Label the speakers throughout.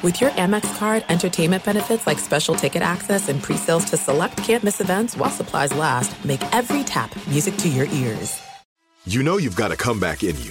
Speaker 1: With your Amex card, entertainment benefits like special ticket access and pre-sales to select campus events while supplies last make every tap music to your ears.
Speaker 2: You know you've got a comeback in you.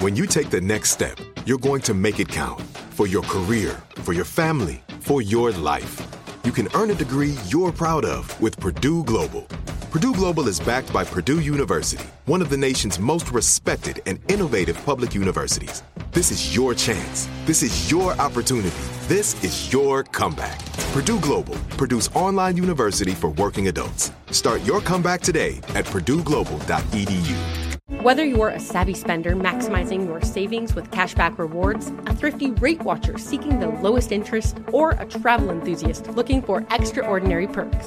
Speaker 2: When you take the next step, you're going to make it count for your career, for your family, for your life. You can earn a degree you're proud of with Purdue Global. Purdue Global is backed by Purdue University, one of the nation's most respected and innovative public universities. This is your chance. This is your opportunity. This is your comeback. Purdue Global, Purdue's online university for working adults. Start your comeback today at purdueglobal.edu.
Speaker 3: Whether you're a savvy spender maximizing your savings with cashback rewards, a thrifty rate watcher seeking the lowest interest, or a travel enthusiast looking for extraordinary perks,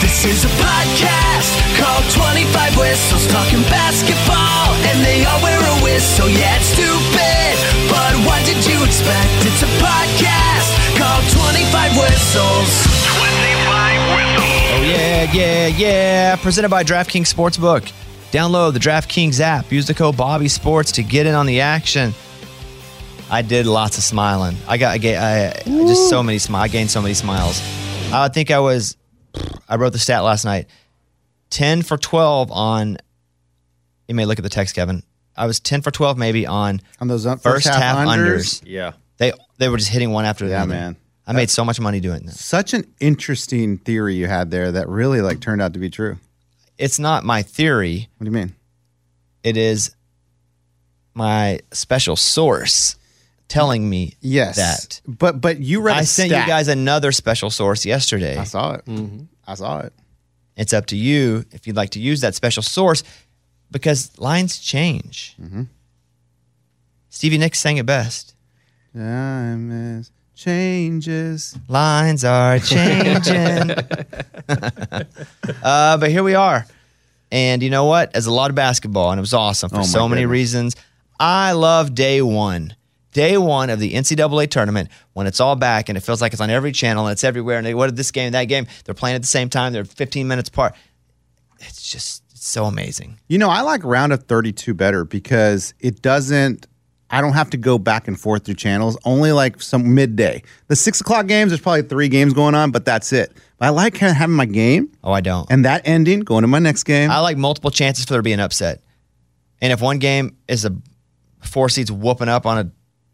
Speaker 4: This is a podcast called 25 Whistles Talking basketball And they all wear a whistle, yeah it's stupid But what did you expect? It's a podcast called 25 Whistles
Speaker 5: Oh yeah, yeah, yeah. Presented by DraftKings Sportsbook. Download the DraftKings app. Use the code Bobby Sports to get in on the action. I did lots of smiling. I got I, ga- I, I just so many smiles. I gained so many smiles. I think I was I wrote the stat last night. 10 for 12 on You may look at the text, Kevin. I was 10 for 12 maybe on
Speaker 6: on those first,
Speaker 5: first half, unders.
Speaker 7: Yeah.
Speaker 5: They they were just hitting one after the
Speaker 6: Yeah,
Speaker 5: other.
Speaker 6: man.
Speaker 5: I made so much money doing this.
Speaker 6: Such an interesting theory you had there that really like turned out to be true.
Speaker 5: It's not my theory.
Speaker 6: What do you mean?
Speaker 5: it is my special source telling me
Speaker 6: Yes,
Speaker 5: that.
Speaker 6: But but you read.
Speaker 5: I
Speaker 6: a
Speaker 5: sent
Speaker 6: stat.
Speaker 5: you guys another special source yesterday.
Speaker 6: I saw it. I saw it.
Speaker 5: It's up to you if you'd like to use that special source because lines change.
Speaker 6: Mm-hmm.
Speaker 5: Stevie Nicks sang it best.
Speaker 6: Time is changes.
Speaker 5: Lines are changing. uh, but here we are. And you know what? It's a lot of basketball, and it was awesome for
Speaker 6: Oh, my
Speaker 5: so many
Speaker 6: goodness.
Speaker 5: reasons. I love day one. Day one of the NCAA tournament when it's all back and it feels like it's on every channel and it's everywhere. And they, what this game, that game, they're playing at the same time. They're 15 minutes apart. It's just so amazing.
Speaker 6: You know, I like round of 32 better because it doesn't, I don't have to go back and forth through channels, only like some midday. The six o'clock games, there's probably three games going on, but that's it. But I like kinda having my game
Speaker 5: Oh, I don't.
Speaker 6: and that ending, going to my next game.
Speaker 5: I like multiple chances for there to be an upset. And if one game is a four seeds whooping up on a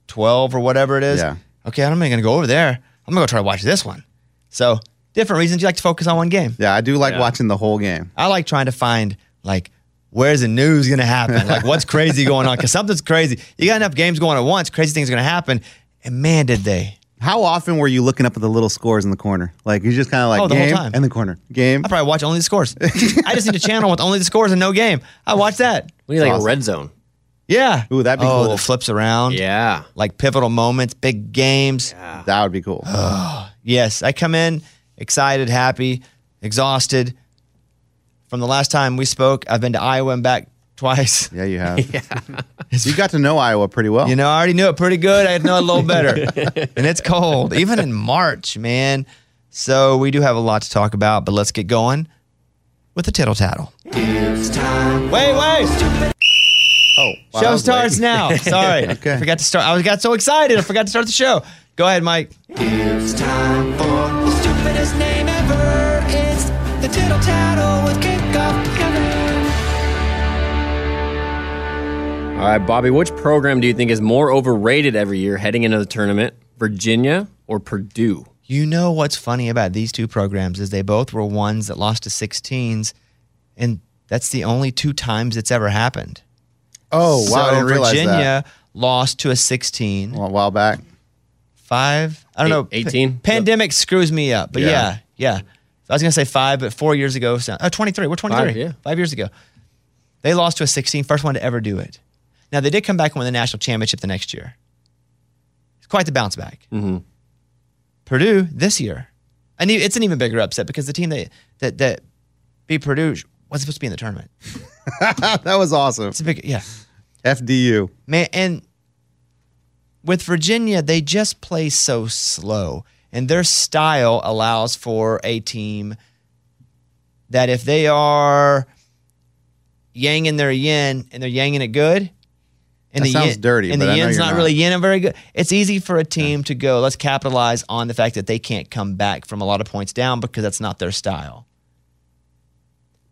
Speaker 5: 12 or whatever it is,
Speaker 6: Yeah.
Speaker 5: okay, I'm not going to go over there. I'm going to try to watch this one. So, different reasons you like to focus on one game.
Speaker 6: yeah, I do like watching the whole game.
Speaker 5: I like trying to find, like, where's the news going to happen? Like, what's crazy going on? Because something's crazy. You got enough games going at once, crazy things are going to happen. And man, did they.
Speaker 6: How often were you looking up at the little scores in the corner? Like you just kind of like
Speaker 5: Oh, the whole
Speaker 6: game
Speaker 5: time.
Speaker 6: and the corner game.
Speaker 5: I probably watch only the scores. I just need a channel with only the scores and no game. I watch that.
Speaker 7: We need like a red zone.
Speaker 5: Yeah.
Speaker 6: Ooh, that'd be
Speaker 5: oh,
Speaker 6: cool.
Speaker 5: that flips around.
Speaker 7: Yeah.
Speaker 5: like pivotal moments, big games.
Speaker 6: That would be cool.
Speaker 5: Yes, I come in excited, happy, exhausted. From the last time we spoke, I've been to Iowa and back twice.
Speaker 6: yeah, you have. You got to know Iowa pretty well.
Speaker 5: You know, I already knew it pretty good. I know it a little better. and it's cold, even in March, man. So we do have a lot to talk about, but let's get going with the tittle tattle. Wait, wait.
Speaker 6: oh, wow, that
Speaker 5: show
Speaker 6: was late.
Speaker 5: starts now. Sorry.
Speaker 6: Okay.
Speaker 5: I forgot to start. I was- got so excited. I forgot to start the show. Go ahead, Mike.
Speaker 4: It's time for the stupidest name ever It's the Tittle Tattle with Kickoff Kevin
Speaker 7: All right, Bobby, which program do you think is more overrated every year heading into the tournament? Virginia or Purdue?
Speaker 5: You know what's funny about these two programs is they both were ones that lost to 16s, and that's the only two times it's ever happened.
Speaker 6: Oh, wow. I
Speaker 5: so
Speaker 6: didn't realize
Speaker 5: Virginia
Speaker 6: that.
Speaker 5: lost to a 16,
Speaker 6: A while back.
Speaker 5: five. I don't
Speaker 7: Eight-
Speaker 5: know.
Speaker 7: 18?
Speaker 5: pandemic screws me up, but yeah, yeah. I was gonna say five, but four years ago, so- oh, 23. We're 23.
Speaker 7: Five, yeah.
Speaker 5: Five years ago, they lost to a 16, first one to ever do it. Now they did come back and win the national championship the next year. It's quite the bounce back.
Speaker 7: Mm-hmm.
Speaker 5: Purdue this year. And e- it's an even bigger upset because the team that that, that beat Purdue wasn't supposed to be in the tournament.
Speaker 6: that was awesome.
Speaker 5: It's a big yeah.
Speaker 6: FDU.
Speaker 5: Man, and with Virginia, they just play so slow, and their style allows for a team that if they are yanging their yin and they're yanging it good, and
Speaker 6: That sounds
Speaker 5: yin-
Speaker 6: dirty,
Speaker 5: and
Speaker 6: but
Speaker 5: the
Speaker 6: I know
Speaker 5: yin's
Speaker 6: you're
Speaker 5: not,
Speaker 6: not.
Speaker 5: really yinning very good, it's easy for a team to go. Let's capitalize on the fact that they can't come back from a lot of points down because that's not their style.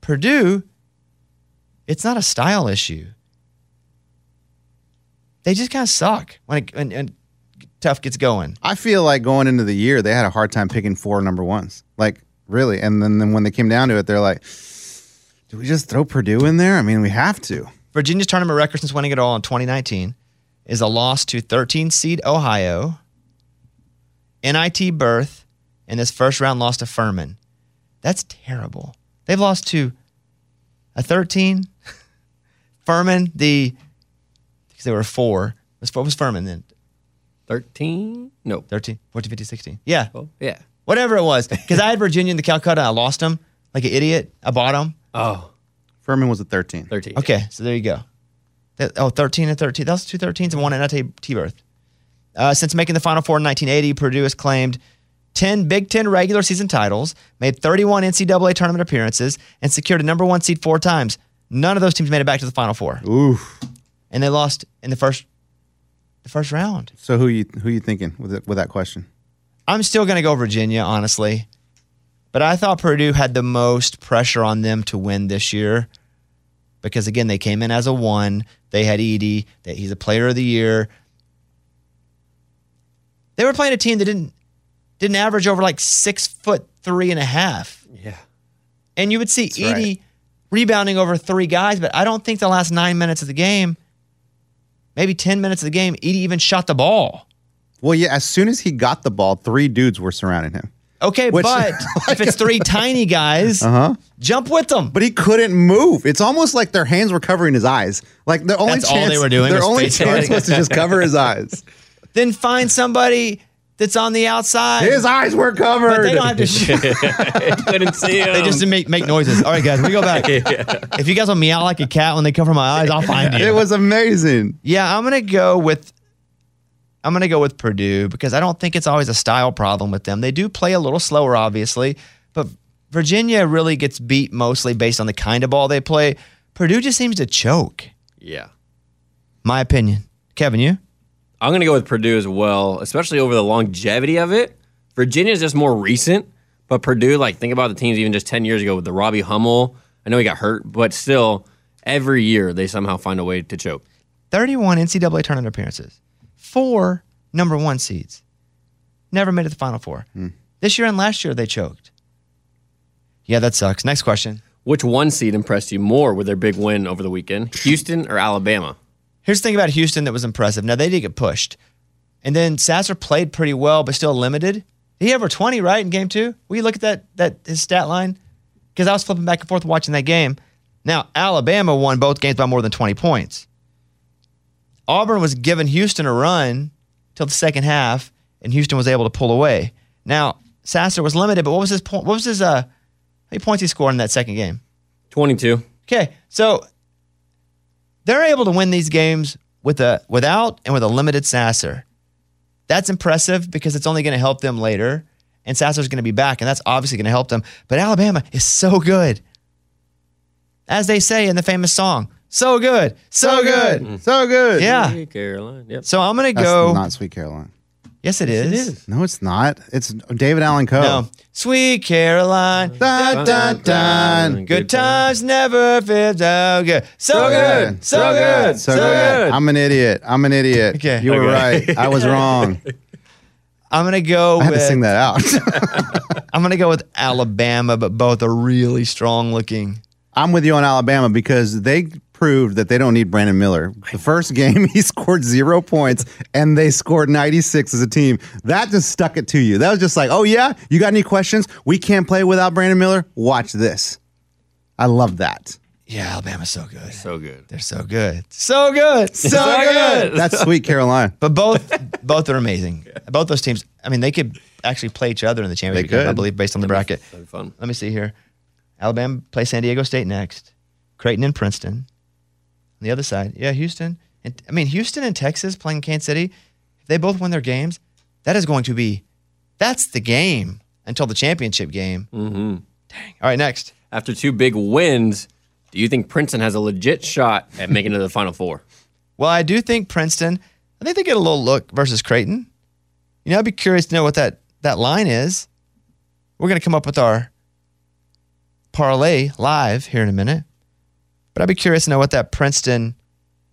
Speaker 5: Purdue, it's not a style issue they just kind of suck when, it, when, when tough gets going.
Speaker 6: I feel like going into the year, they had a hard time picking four number ones. Like, really. And then, then when they came down to it, they're like, do we just throw Purdue in there? I mean, we have to.
Speaker 5: Virginia's tournament record since winning it all in 2019 is a loss to 13 seed Ohio, NIT berth, and this first round loss to Furman. That's terrible. They've lost to a 13, Furman, the, because they were four. It was, what was Furman then?
Speaker 7: 13? No.
Speaker 5: 13, 14, 15, 16. Yeah.
Speaker 7: Oh, yeah.
Speaker 5: Whatever it was. Because I had Virginia in the Calcutta. I lost them like an idiot. I bought them.
Speaker 7: Oh,
Speaker 6: Furman was at 13.
Speaker 7: 13.
Speaker 5: Okay, so there you go. That, oh, 13 and 13. That was two 13s and one NIT T birth. Uh, since making the Final Four in 1980, Purdue has claimed 10 Big Ten regular season titles, made 31 NCAA tournament appearances, and secured a number one seed four times. None of those teams made it back to the Final Four,
Speaker 6: Oof.
Speaker 5: and they lost in the first the first round.
Speaker 6: So who you who you thinking with it, with that question?
Speaker 5: I'm still going to go Virginia, honestly. But I thought Purdue had the most pressure on them to win this year because, again, they came in as a one. They had Edie, that he's a player of the year. They were playing a team that didn't didn't average over like six foot three and a half.
Speaker 7: Yeah.
Speaker 5: And you would see
Speaker 6: right.
Speaker 5: Edie rebounding over three guys, but I don't think the last nine minutes of the game, maybe 10 minutes of the game, Edie even shot the ball.
Speaker 6: Well, yeah. As soon as he got the ball, three dudes were surrounding him,
Speaker 5: Okay,
Speaker 6: Which- Uh-huh.
Speaker 5: but if it's three tiny guys, jump with them.
Speaker 6: but he couldn't move. It's almost like their hands were covering his eyes. Like the only
Speaker 5: That's all
Speaker 6: chance
Speaker 5: they were doing
Speaker 6: Their
Speaker 5: was
Speaker 6: only
Speaker 5: face
Speaker 6: chance
Speaker 5: guarding.
Speaker 6: was to just cover his eyes.
Speaker 5: then find somebody that's on the outside.
Speaker 6: His eyes were covered.
Speaker 5: but they don't have to shoot.
Speaker 7: Couldn't see him.
Speaker 5: They just make, make noises. All right, guys, we go back. If you guys will meow like a cat when they cover my eyes, I'll find you.
Speaker 6: it was amazing.
Speaker 5: Yeah, I'm gonna go with I'm gonna go with Purdue because I don't think it's always a style problem with them. They do play a little slower, obviously, but Virginia really gets beat mostly based on the kind of ball they play. Purdue just seems to choke.
Speaker 7: yeah.
Speaker 5: My opinion. Kevin, you?
Speaker 7: I'm going to go with Purdue as well, especially over the longevity of it. Virginia's just more recent, but Purdue, like, think about the teams even just 10 years ago with the Robbie Hummel. I know he got hurt, but still, every year they somehow find a way to choke.
Speaker 5: 31 NCAA tournament appearances, four number one seeds. Never made it to the Final Four. This year and last year, they choked. Yeah, that sucks. Next question.
Speaker 7: Which one seed impressed you more with their big win over the weekend, Houston or Alabama?
Speaker 5: Here's the thing about Houston that was impressive. Now, they did get pushed. And then Sasser played pretty well, but still limited. He had over 20, right, in game two? Will you look at that, that his stat line? Because I was flipping back and forth watching that game. Now, Alabama won both games by more than 20 points. Auburn was giving Houston a run till the second half, and Houston was able to pull away. Now, Sasser was limited, but what was his point? What was his, uh, how many points he scored in that second game?
Speaker 7: 22.
Speaker 5: Okay, so they're able to win these games with a without and with a limited Sasser. That's impressive because it's only going to help them later, and Sasser's going to be back, and that's obviously going to help them. But Alabama is so good, as they say in the famous song, "So good, so, good.
Speaker 6: So good.
Speaker 5: Yeah.
Speaker 7: Hey, Carolina. Yep.
Speaker 5: So I'm going to
Speaker 6: That's
Speaker 5: Mm. go.
Speaker 6: not Sweet Caroline.
Speaker 5: yes, it is.
Speaker 6: No, it's not. It's David Allen Coe.
Speaker 5: No, Sweet Caroline.
Speaker 6: Dun, dun, dun.
Speaker 5: Good times never feel so good. So, good.
Speaker 6: good.
Speaker 5: So, good.
Speaker 6: So good. I'm an idiot. I'm an idiot.
Speaker 5: Okay.
Speaker 6: You were right. I was wrong.
Speaker 5: I'm gonna go
Speaker 6: I had
Speaker 5: with
Speaker 6: to sing that out.
Speaker 5: I'm gonna go with Alabama, but both are really strong looking.
Speaker 6: I'm with you on Alabama because they proved that they don't need Brandon Miller. The first game, he scored zero points and they scored 96 as a team. That just stuck it to you. That was just like, oh, yeah, you got any questions? We can't play without Brandon Miller. Watch this. I love that.
Speaker 5: Yeah, Alabama's so good.
Speaker 7: So good.
Speaker 5: They're so good. So good. So,
Speaker 7: good.
Speaker 6: That's sweet, Carolina.
Speaker 5: But both both are amazing. Both those teams. I mean, they could actually play each other in the championship game, I
Speaker 6: could.
Speaker 5: believe, based on the bracket.
Speaker 7: That'd be fun.
Speaker 5: Let me see here. Alabama play San Diego State next. Creighton and Princeton. On the other side, yeah, Houston. And I mean, Houston and Texas playing Kansas City. If they both win their games, that is going to be that's the game until the championship game. Mm-hmm. Dang. All right, next.
Speaker 7: After two big wins, do you think Princeton has a legit shot at making it to the Final Four?
Speaker 5: Well, I do think Princeton. I think they get a little look versus Creighton. You know, I'd be curious to know what that that line is. We're going to come up with our parlay live here in a minute, but I'd be curious to know what that Princeton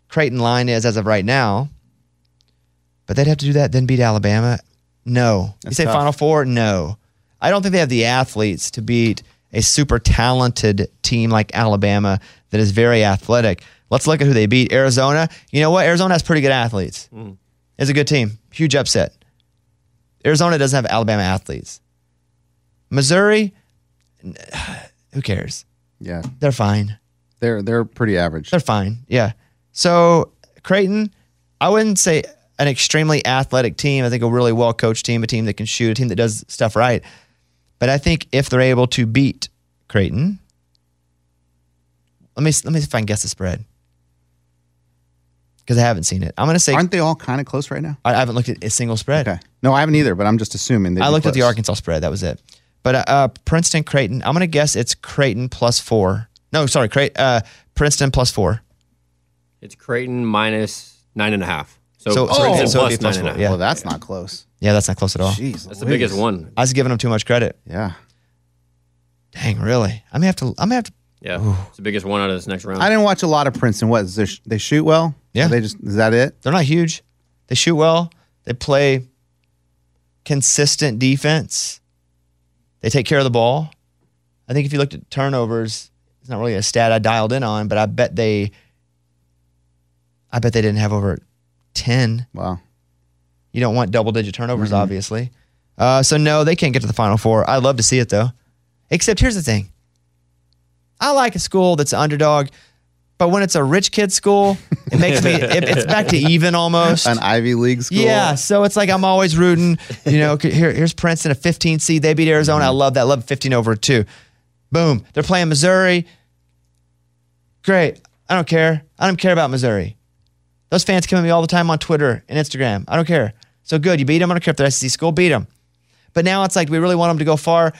Speaker 5: Creighton line is as of right now. But they'd have to do that, then beat Alabama. No, you say
Speaker 6: tough.
Speaker 5: Final Four. No, I don't think they have the athletes to beat a super talented team like Alabama that is very athletic. Let's look at who they beat. Arizona. You know what? Arizona has pretty good athletes. It's a good team. Huge upset. Arizona doesn't have Alabama athletes. Missouri, n- who cares?
Speaker 6: Yeah,
Speaker 5: They're fine.
Speaker 6: they're they're pretty average.
Speaker 5: They're fine. Yeah. So Creighton, I wouldn't say an extremely athletic team. I think a really well coached team, a team that can shoot, a team that does stuff right. But I think if they're able to beat Creighton, let me let me see if I can guess the spread because I haven't seen it. I'm going to say
Speaker 6: Aren't they all kind of close right now?
Speaker 5: I haven't looked at a single spread.
Speaker 6: Okay. No, I haven't either, but I'm just assuming. they'd
Speaker 5: I
Speaker 6: be
Speaker 5: looked at the
Speaker 6: close.
Speaker 5: Arkansas spread. That was it. But uh, uh, Princeton Creighton. I'm gonna guess it's Creighton plus four. No, sorry, Creight, uh, Princeton plus four.
Speaker 7: It's Creighton minus nine and a half. So,
Speaker 5: So- so-
Speaker 7: Princeton
Speaker 5: so it'd
Speaker 7: plus
Speaker 5: be plus
Speaker 7: nine and a
Speaker 5: four,
Speaker 7: half.
Speaker 5: yeah.
Speaker 6: Well, that's not close.
Speaker 5: Yeah, that's not close at all.
Speaker 6: Jeez,
Speaker 7: That's the biggest one.
Speaker 5: I was giving them too much credit.
Speaker 6: Yeah.
Speaker 5: Dang, really? I'm gonna have to. I'm gonna have to.
Speaker 7: Yeah, it's the biggest one out of this next round.
Speaker 6: I didn't watch a lot of Princeton. What is there, they shoot well?
Speaker 5: Yeah.
Speaker 6: They just is that it?
Speaker 5: They're not huge. They shoot well. They play consistent defense. They take care of the ball. I think if you looked at turnovers, it's not really a stat I dialed in on, but I bet they. I bet they didn't have over ten.
Speaker 6: Wow.
Speaker 5: You don't want double digit turnovers, obviously. Uh, so, no, they can't get to the Final Four. I'd love to see it, though. Except here's the thing I like a school that's an underdog, but when it's a rich kid school, it makes me, it, it's back to even almost.
Speaker 6: An Ivy League school.
Speaker 5: Yeah, so it's like I'm always rooting. You know, c- here, here's Princeton, a 15 seed. They beat Arizona. I love that. I love 15 over two. Boom. They're playing Missouri. Great. I don't care. I don't care about Missouri. Those fans come at me all the time on Twitter and Instagram. I don't care. So good. You beat them. I don't care if they're SEC school. Beat them. But now it's like we really want them to go far.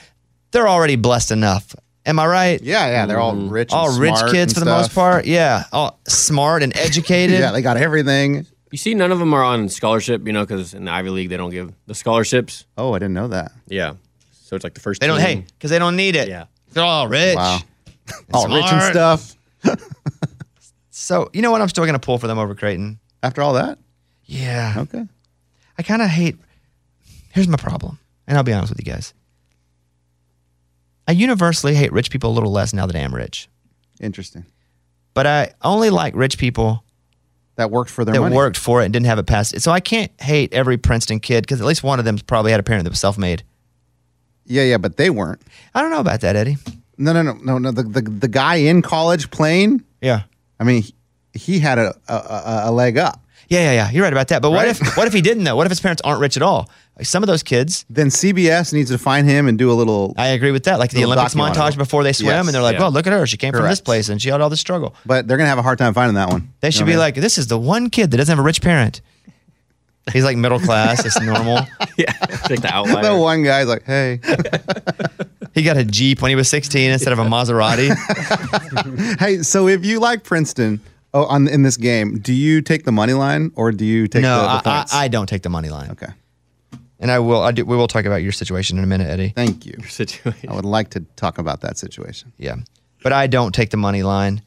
Speaker 5: They're already blessed enough. Am I right?
Speaker 6: Yeah, yeah. They're all rich. and
Speaker 5: All rich
Speaker 6: smart
Speaker 5: kids
Speaker 6: and
Speaker 5: for the most
Speaker 6: stuff.
Speaker 5: part. Yeah. All smart and educated.
Speaker 6: Yeah, they got everything.
Speaker 7: you see, none of them are on scholarship, you know, because in the Ivy League they don't give the scholarships.
Speaker 6: Oh, I didn't know that.
Speaker 7: Yeah, so it's like the first.
Speaker 5: They don't,
Speaker 7: team.
Speaker 5: hey, because they don't need it.
Speaker 7: Yeah.
Speaker 5: They're all rich.
Speaker 6: Wow. All rich and
Speaker 5: smart.
Speaker 6: stuff.
Speaker 5: So you know what? I'm still gonna pull for them over Creighton.
Speaker 6: After all that,
Speaker 5: Yeah.
Speaker 6: okay.
Speaker 5: I kind of hate. Here's my problem, and I'll be honest with you guys. I universally hate rich people a little less now that I am rich,
Speaker 6: Interesting.
Speaker 5: but I only like rich people
Speaker 6: That worked for their
Speaker 5: that
Speaker 6: money.
Speaker 5: worked for it and didn't have it passed. So I can't hate every Princeton kid because at least one of them probably had a parent that was self-made.
Speaker 6: Yeah, yeah, but they weren't.
Speaker 5: I don't know about that, Eddie.
Speaker 6: No, no, no, no, no. The the, the guy in college playing.
Speaker 5: Yeah.
Speaker 6: I mean, he, he had a, a a a leg up.
Speaker 5: Yeah, yeah, yeah. You're right about that. But what
Speaker 6: Right?
Speaker 5: if what if he didn't though? What if his parents aren't rich at all? Like, some of those kids
Speaker 6: Then CBS needs to find him and do a little.
Speaker 5: I agree with that. Like the
Speaker 6: Little
Speaker 5: Olympics
Speaker 6: documentary.
Speaker 5: montage before they swim,
Speaker 6: Yes.
Speaker 5: and they're like,
Speaker 7: Yeah.
Speaker 5: "Well, look at her. She came from this
Speaker 6: Correct.
Speaker 5: place, and she had all this struggle."
Speaker 6: but they're gonna have a hard time finding that one.
Speaker 5: They
Speaker 6: You know
Speaker 5: should
Speaker 6: what
Speaker 5: be
Speaker 6: I mean?
Speaker 5: like, "This is the one kid that doesn't have a rich parent. He's like middle class. It's normal.
Speaker 7: yeah, it's like the outlier.
Speaker 6: the one guy's like, hey,
Speaker 5: He got a Jeep when he was 16 instead of a Maserati.
Speaker 6: hey. So if you like Princeton, oh, on in this game, do you take the money line or do you take
Speaker 5: no,
Speaker 6: the, the
Speaker 5: I, I,
Speaker 6: points?
Speaker 5: I don't take the money line.
Speaker 6: okay,
Speaker 5: And I will. I do, we will talk about your situation in a minute, Eddie.
Speaker 6: thank you.
Speaker 7: situation.
Speaker 6: I would like to talk about that situation.
Speaker 5: Yeah, but I don't take the money line.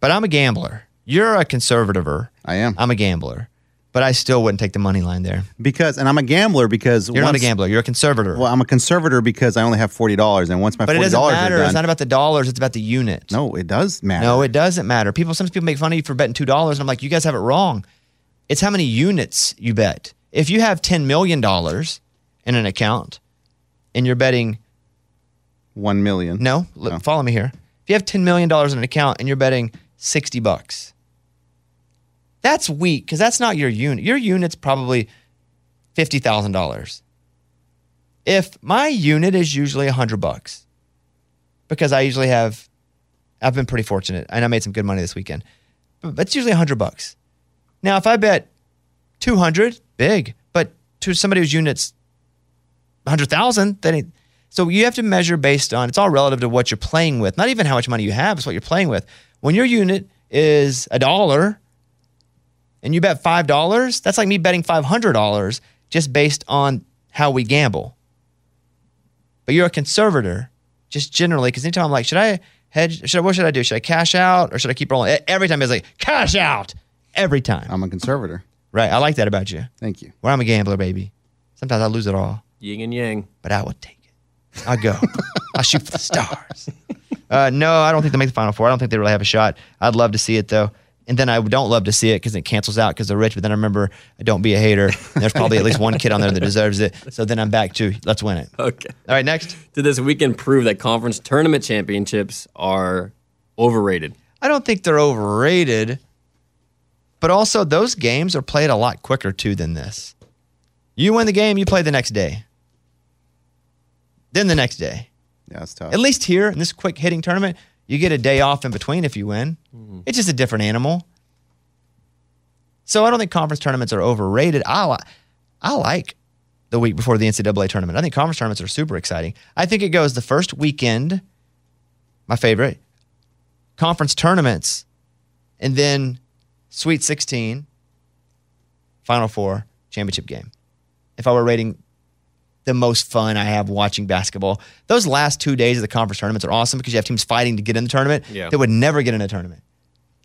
Speaker 5: But I'm a gambler. You're a conservativer.
Speaker 6: I am
Speaker 5: I'm a gambler. But I still wouldn't take the money line there.
Speaker 6: because, and I'm a gambler because
Speaker 5: You're not a
Speaker 6: once-
Speaker 5: gambler. You're a conservator.
Speaker 6: Well, I'm a conservator because I only have forty dollars, and once my
Speaker 5: but it
Speaker 6: forty
Speaker 5: doesn't
Speaker 6: dollars are
Speaker 5: matter.
Speaker 6: done,
Speaker 5: It's not about the dollars. It's about the unit.
Speaker 6: no, it does matter.
Speaker 5: No, it doesn't matter. People, sometimes people make fun of you for betting two dollars, and I'm like, you guys have it wrong. It's how many units you bet. If you have ten million dollars in an account, and you're betting
Speaker 6: one million.
Speaker 5: no, look, follow me here. If you have ten million dollars in an account and you're betting sixty bucks, that's weak because that's not your unit. Your unit's probably fifty thousand dollars. If my unit is usually hundred bucks, because I usually have. I've been pretty fortunate, and I made some good money this weekend. But that's usually hundred bucks. Now, if I bet two hundred, big, but to somebody whose units hundred thousand, then it, so you have to measure based on it's all relative to what you're playing with. Not even how much money you have; it's what you're playing with. When your unit is a dollar, and you bet five dollars, that's like me betting five hundred dollars just based on how we gamble. But you're a conservator, just generally, because anytime I'm like, should I hedge? Should I, what should I do? Should I cash out or should I keep rolling? E- Every time it's like cash out. Every time,
Speaker 6: I'm a conservator.
Speaker 5: right? I like that about you.
Speaker 6: Thank you.
Speaker 5: Well, I'm a gambler, baby. Sometimes I lose it all
Speaker 7: Yin and yang.
Speaker 5: but I will take it. I'll go. I'll shoot for the stars. Uh, no, I don't think they make the final four. I don't think they really have a shot. I'd love to see it though. And then I don't love to see it because it cancels out because they're rich. But then I remember, uh, don't be a hater. And there's probably at least one kid on there that deserves it. So then I'm back to let's win it.
Speaker 7: Okay.
Speaker 5: All right, next.
Speaker 7: Did this weekend prove that conference tournament championships are overrated?
Speaker 5: I don't think they're overrated, but also those games are played a lot quicker too than this. You win the game, you play the next day, then the next day.
Speaker 6: Yeah, that's tough.
Speaker 5: At least here in this quick hitting tournament, you get a day off in between if you win. It's just a different animal. So I don't think conference tournaments are overrated. I li- I like the week before the NCAA tournament. I think conference tournaments are super exciting. I think it goes the first weekend, my favorite, conference tournaments, and then Sweet 16, Final Four, championship game. If I were rating the most fun I have watching basketball. Those last two days of the conference tournaments are awesome because you have teams fighting to get in the tournament
Speaker 7: Yeah.
Speaker 5: that would never get in a tournament.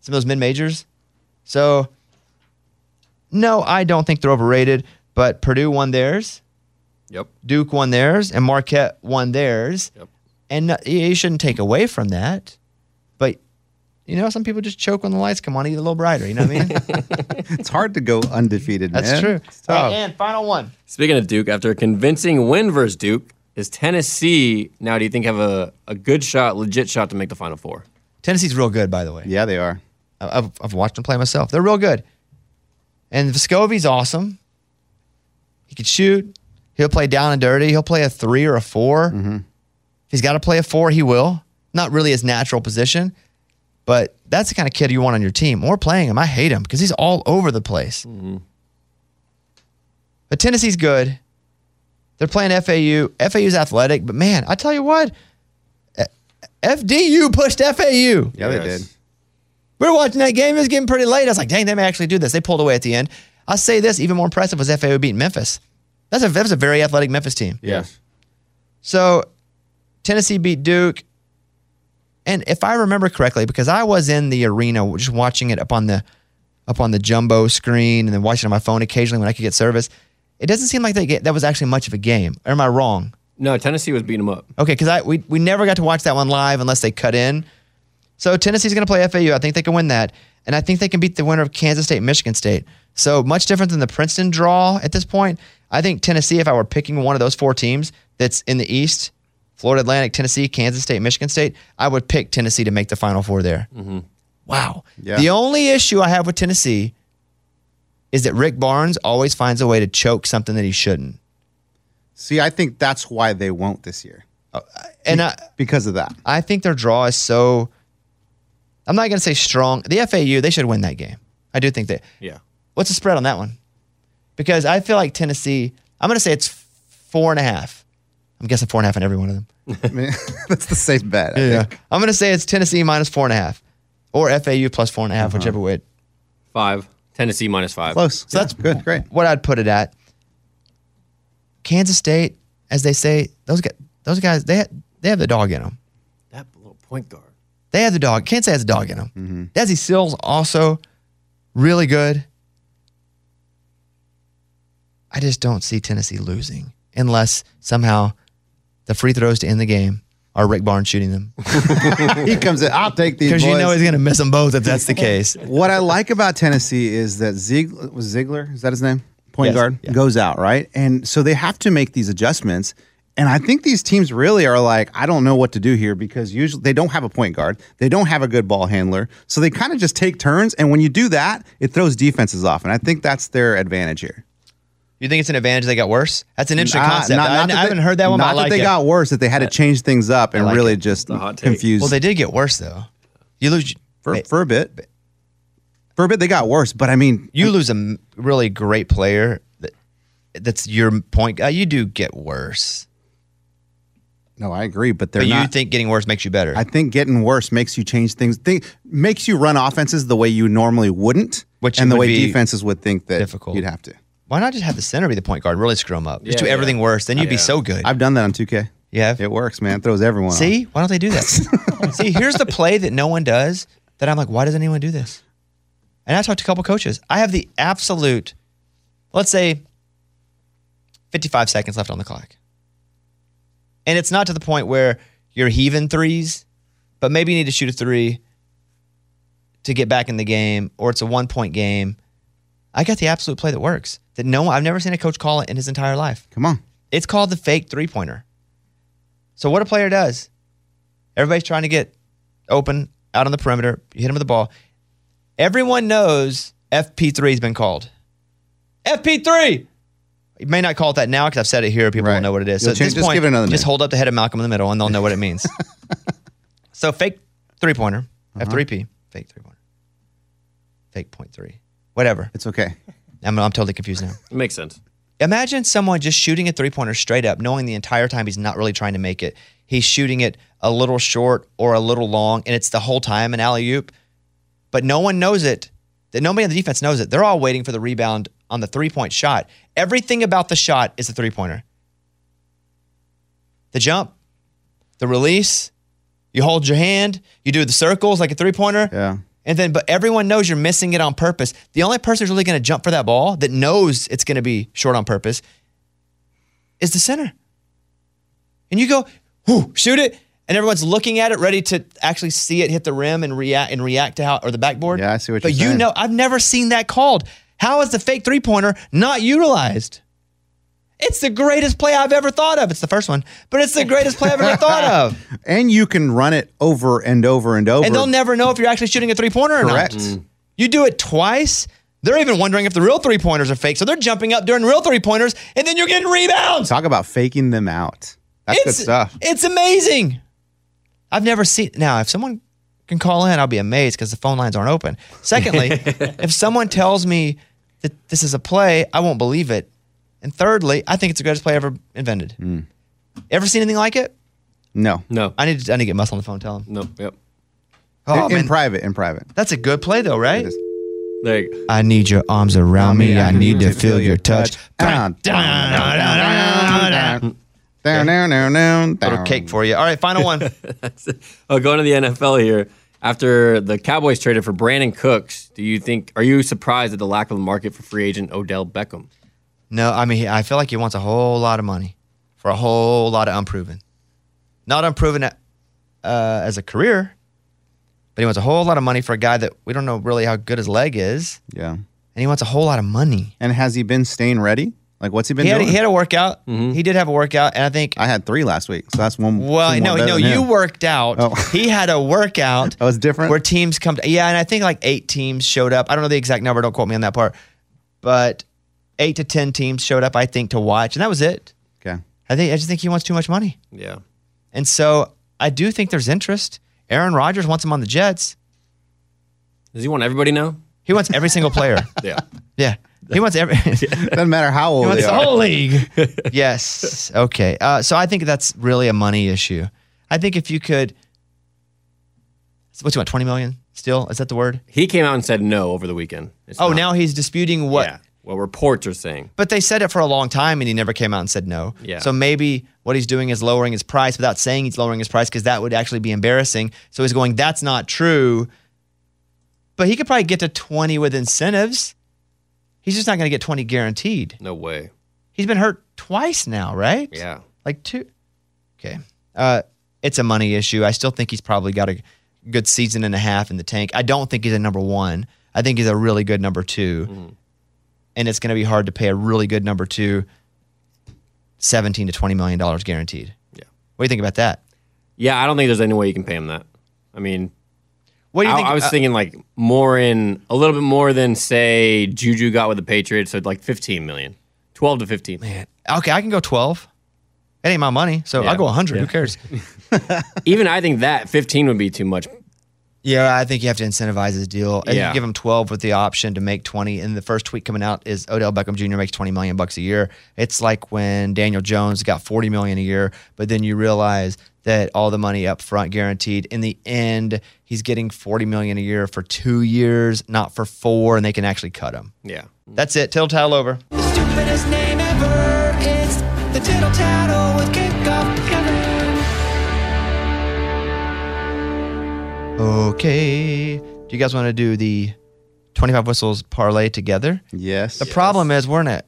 Speaker 5: Some of those mid majors. So, no, I don't think they're overrated, but Purdue won theirs,
Speaker 7: Yep.
Speaker 5: Duke won theirs, and Marquette won theirs.
Speaker 7: Yep.
Speaker 5: And no- you shouldn't take away from that. But, you know, some people just choke when the lights come on, eat a little brighter. You know what I mean?
Speaker 6: it's hard to go undefeated,
Speaker 5: That's
Speaker 6: man.
Speaker 5: true. Oh.
Speaker 6: It's
Speaker 5: All right,
Speaker 6: tough.
Speaker 5: and final one.
Speaker 7: Speaking of Duke, after a convincing win versus Duke, is Tennessee now, do you think, have a, a good shot, legit shot to make the Final Four?
Speaker 5: Tennessee's real good, by the way.
Speaker 6: yeah, they are.
Speaker 5: I- I've, I've watched them play myself. They're real good. And Vescovi's awesome. He can shoot. He'll play down and dirty. He'll play a three or a 4 If he's got to play a four, he will. Not really his natural position, but that's the kind of kid you want on your team. When we're playing him, I hate him because he's all over the place. But Tennessee's good. They're playing FAU. FAU's athletic, but man, I tell you what, eh, FDU pushed FAU.
Speaker 6: Yeah, they
Speaker 7: Yes.
Speaker 6: did.
Speaker 5: We were watching that game. It was getting pretty late. I was like, dang, they may actually do this. They pulled away at the end. I'll say this even more impressive was FAO beating Memphis. That's a, that was a very athletic Memphis team.
Speaker 6: Yes.
Speaker 5: So Tennessee beat Duke. And if I remember correctly, because I was in the arena just watching it up on the up on the jumbo screen and then watching it on my phone occasionally when I could get service, it doesn't seem like they get, that was actually much of a game. Or am I wrong?
Speaker 7: No, Tennessee was beating them up.
Speaker 5: Okay, because I we, we never got to watch that one live unless they cut in. So Tennessee's going to play FAU. I think they can win that, and I think they can beat the winner of Kansas State, Michigan State. So much different than the Princeton draw at this point. I think Tennessee, if I were picking one of those four teams that's in the East, Florida Atlantic, Tennessee, Kansas State, Michigan State, I would pick Tennessee to make the Final Four there. Wow.
Speaker 6: Yeah.
Speaker 5: The only issue I have with Tennessee is that Rick Barnes always finds a way to choke something that he shouldn't,
Speaker 6: See, I think that's why they won't this year
Speaker 5: and I.
Speaker 6: because of that.
Speaker 5: I think their draw is so. I'm not going to say strong. The FAU, they should win that game. I do think that.
Speaker 7: Yeah.
Speaker 5: What's the spread on that one? Because I feel like Tennessee, I'm going to say it's four and a half. I'm guessing four and a half on every one of them.
Speaker 6: I mean, that's the safe bet. I think.
Speaker 5: I'm going to say it's Tennessee minus four and a half or FAU plus four and a half, whichever way. it-
Speaker 7: Five. Tennessee minus five.
Speaker 6: Close. So
Speaker 5: that's-
Speaker 6: that's good. Great.
Speaker 5: What I'd put it at. Kansas State, as they say, those guys, those guys they, ha- they have the dog in them.
Speaker 7: That little point guard.
Speaker 5: They have the dog. Kansas has a dog in them.
Speaker 6: Mm-hmm.
Speaker 5: Desi Sills also really good. I just don't see Tennessee losing unless somehow the free throws to end the game are Rick Barnes shooting them
Speaker 6: he comes in. I'll take these boys.
Speaker 5: because you know he's going to miss them both if that's the case.
Speaker 6: what I like about Tennessee is that Ziegler was Ziegler, is that his name? Point
Speaker 5: Yes,
Speaker 6: guard
Speaker 5: yeah.
Speaker 6: goes out, right? And so they have to make these adjustments. And I think these teams really are like, I don't know what to do here because usually they don't have a point guard. They don't have a good ball handler. So they kind of just take turns. And when you do that, it throws defenses off. And I think that's their advantage here.
Speaker 5: you think it's an advantage they got worse? That's an interesting
Speaker 6: Not-
Speaker 5: concept.
Speaker 6: not-
Speaker 5: I,
Speaker 6: not
Speaker 5: I
Speaker 6: that they-
Speaker 5: haven't heard that one.
Speaker 6: Not
Speaker 5: but I
Speaker 6: that
Speaker 5: like
Speaker 6: they
Speaker 5: it.
Speaker 6: got worse, that they had to change things up and
Speaker 5: like
Speaker 6: really
Speaker 5: it.
Speaker 6: just
Speaker 7: a hot take.
Speaker 6: confuse
Speaker 5: Well, they did get worse though. You lose
Speaker 6: for, for a bit. For a bit, they got worse. But I mean,
Speaker 5: you lose a m- really great player. That, that's your point. guy. you do get worse,
Speaker 6: no, I agree. But they're
Speaker 5: but you
Speaker 6: not.
Speaker 5: think getting worse makes you better.
Speaker 6: I think getting worse makes you change things. Think, makes you run offenses the way you normally wouldn't,
Speaker 5: Which
Speaker 6: and the
Speaker 5: would
Speaker 6: way
Speaker 5: be
Speaker 6: defenses would think that
Speaker 5: difficult.
Speaker 6: you'd have to.
Speaker 5: Why not just have the center be the point guard? and Really screw him up. Just
Speaker 7: Yeah,
Speaker 5: do everything worse. Then you'd be so good.
Speaker 6: I've done that on 2K.
Speaker 5: You have?
Speaker 6: It works, man. It throws everyone. off.
Speaker 5: See, why don't they do that? See, here's the play that no one does that I'm like, why does anyone do this? And I talked to a couple coaches. I have the absolute, let's say, 55 seconds left on the clock. And it's not to the point where you're heaving threes, but maybe you need to shoot a three to get back in the game, or it's a one point game. I got the absolute play that works. That no one, I've never seen a coach call it in his entire life.
Speaker 6: Come on.
Speaker 5: It's called the fake three pointer. So what a player does, everybody's trying to get open out on the perimeter. You hit him with the ball. Everyone knows FP3 has been called. FP3. You may not call it that now because I've said it here. People
Speaker 6: Right.
Speaker 5: will know what it is. So
Speaker 6: You'll
Speaker 5: at
Speaker 6: change-
Speaker 5: this
Speaker 6: just
Speaker 5: point,
Speaker 6: give it another
Speaker 5: just
Speaker 6: name.
Speaker 5: hold up the head of Malcolm in the middle, and they'll know what it means. so fake three pointer,
Speaker 6: Uh-huh.
Speaker 5: F3P, fake three pointer, fake point three, whatever.
Speaker 6: It's okay.
Speaker 5: I'm, I'm totally confused now.
Speaker 7: It makes sense.
Speaker 5: Imagine someone just shooting a three pointer straight up, knowing the entire time he's not really trying to make it. He's shooting it a little short or a little long, and it's the whole time an alley oop. But no one knows it. That nobody on the defense knows it. They're all waiting for the rebound on the three point shot. Everything about the shot is a three pointer. The jump, the release, you hold your hand, you do the circles like a three pointer.
Speaker 6: Yeah.
Speaker 5: And then, but everyone knows you're missing it on purpose. The only person who's really going to jump for that ball that knows it's going to be short on purpose is the center. And you go, whoo, shoot it. And everyone's looking at it, ready to actually see it hit the rim and react and react to how or the backboard.
Speaker 6: Yeah, I see what
Speaker 5: But
Speaker 6: you're
Speaker 5: you
Speaker 6: saying.
Speaker 5: know, I've never seen that called. How is the fake three pointer not utilized? It's the greatest play I've ever thought of. It's the first one, but it's the greatest play I've ever thought of.
Speaker 6: And you can run it over and over and over.
Speaker 5: And they'll never know if you're actually shooting a three pointer or
Speaker 6: Correct.
Speaker 5: not. Mm. You do it twice. They're even wondering if the real three pointers are fake. So they're jumping up during real three pointers, and then you're getting rebounds.
Speaker 6: Talk about faking them out. That's good stuff.
Speaker 5: It's amazing. I've never seen. Now, if someone can call in, I'll be amazed because the phone lines aren't open. Secondly, if someone tells me that this is a play, I won't believe it. And thirdly, I think it's the greatest play ever invented.
Speaker 6: Hmm.
Speaker 5: Ever seen anything like it?
Speaker 6: No.
Speaker 7: No.
Speaker 5: I need to, I need to get Muscle on the phone. Tell him.
Speaker 7: no. Yep.
Speaker 5: Oh
Speaker 6: in, in
Speaker 5: man,
Speaker 6: private, in private.
Speaker 5: that's a good play though, right?
Speaker 6: is.
Speaker 7: There you go.
Speaker 5: I need your arms around me. I need to feel your touch.
Speaker 6: Down, down, down, down, down, down, down, down, down,
Speaker 5: Little
Speaker 6: down.
Speaker 5: cake for you. All right, final one.
Speaker 7: Oh, going to the NFL here. After the Cowboys traded for Brandon Cooks, do you think are you surprised at the lack of a market for free agent Odell Beckham?
Speaker 5: No, I mean, he- I feel like he wants a whole lot of money for a whole lot of unproven. Not unproven uh, as a career, but he wants a whole lot of money for a guy that we don't know really how good his leg is,
Speaker 6: Yeah.
Speaker 5: and he wants a whole lot of money.
Speaker 6: And has he been staying ready? Like, what's he been
Speaker 5: He had,
Speaker 6: doing? Mm-hmm.
Speaker 5: he had a workout. He did have a workout, and I think.
Speaker 6: I had three last week, so that's one.
Speaker 5: well,
Speaker 6: two more
Speaker 5: no,
Speaker 6: better
Speaker 5: no,
Speaker 6: than
Speaker 5: you
Speaker 6: him.
Speaker 5: worked out.
Speaker 6: Oh.
Speaker 5: He had a workout.
Speaker 6: That was different.
Speaker 5: Where teams come, to, yeah, and I think like eight teams showed up. I don't know the exact number. Don't quote me on that part, but eight to ten teams showed up. I think to watch, and that was it.
Speaker 6: okay.
Speaker 5: I think I just think he wants too much money,
Speaker 7: Yeah.
Speaker 5: and so I do think there's interest. Aaron Rodgers wants him on the Jets.
Speaker 7: Does he want everybody now?
Speaker 5: He wants every single player.
Speaker 7: Yeah.
Speaker 5: Yeah, he wants every. he
Speaker 6: Doesn't matter how old
Speaker 5: wants
Speaker 6: they
Speaker 5: the
Speaker 6: are.
Speaker 5: whole league. yes. Okay. Uh, so I think that's really a money issue. I think if you could, what's he want? Twenty million still? Is that the word?
Speaker 7: He came out and said no over the weekend. It's
Speaker 5: Oh,
Speaker 7: not-
Speaker 5: now he's disputing what.
Speaker 7: Yeah. Well, reports are saying.
Speaker 5: But they said it for a long time, and he never came out and said no.
Speaker 7: Yeah.
Speaker 5: So maybe what he's doing is lowering his price without saying he's lowering his price because that would actually be embarrassing. So he's going, "That's not true." But he could probably get to twenty with incentives. He's just not going to get twenty guaranteed.
Speaker 7: No way.
Speaker 5: He's been hurt twice now, right?
Speaker 7: Yeah.
Speaker 5: Like two. Okay. Uh, it's a money issue. I still think he's probably got a good season and a half in the tank. I don't think he's a number one. I think he's a really good number 2
Speaker 7: Mm-hmm.
Speaker 5: And it's going to be hard to pay a really good number two 17 to $20 million guaranteed.
Speaker 7: Yeah.
Speaker 5: What do you think about that?
Speaker 7: Yeah, I don't think there's any way you can pay him that. I mean,
Speaker 5: What do you
Speaker 7: I,
Speaker 5: think?
Speaker 7: I was
Speaker 5: uh,
Speaker 7: thinking like more in a little bit more than say Juju got with the Patriots, so like 15 million. 12 to 15.
Speaker 5: Okay, I can go 12. It ain't my money, so
Speaker 7: Yeah.
Speaker 5: I'll go 100. Who
Speaker 7: Yeah.
Speaker 5: cares?
Speaker 7: Even I think that 15 would be too much.
Speaker 5: yeah, I think you have to incentivize his deal. And
Speaker 7: Yeah.
Speaker 5: you give him 12 with the option to make 20. And the first tweet coming out is Odell Beckham Jr. makes 20 million bucks a year. It's like when Daniel Jones got 40 million a year, but then you realize that all the money up front guaranteed. In the end, he's getting 40 million a year for two years, not for four, and they can actually cut him.
Speaker 7: Yeah.
Speaker 5: That's it. Tittle tattle over.
Speaker 4: Stupidest name ever. It's the tittle tattle with kickoff cover.
Speaker 5: Okay. Do you guys want to do the 25 whistles parlay together?
Speaker 6: Yes.
Speaker 5: The problem is we're in a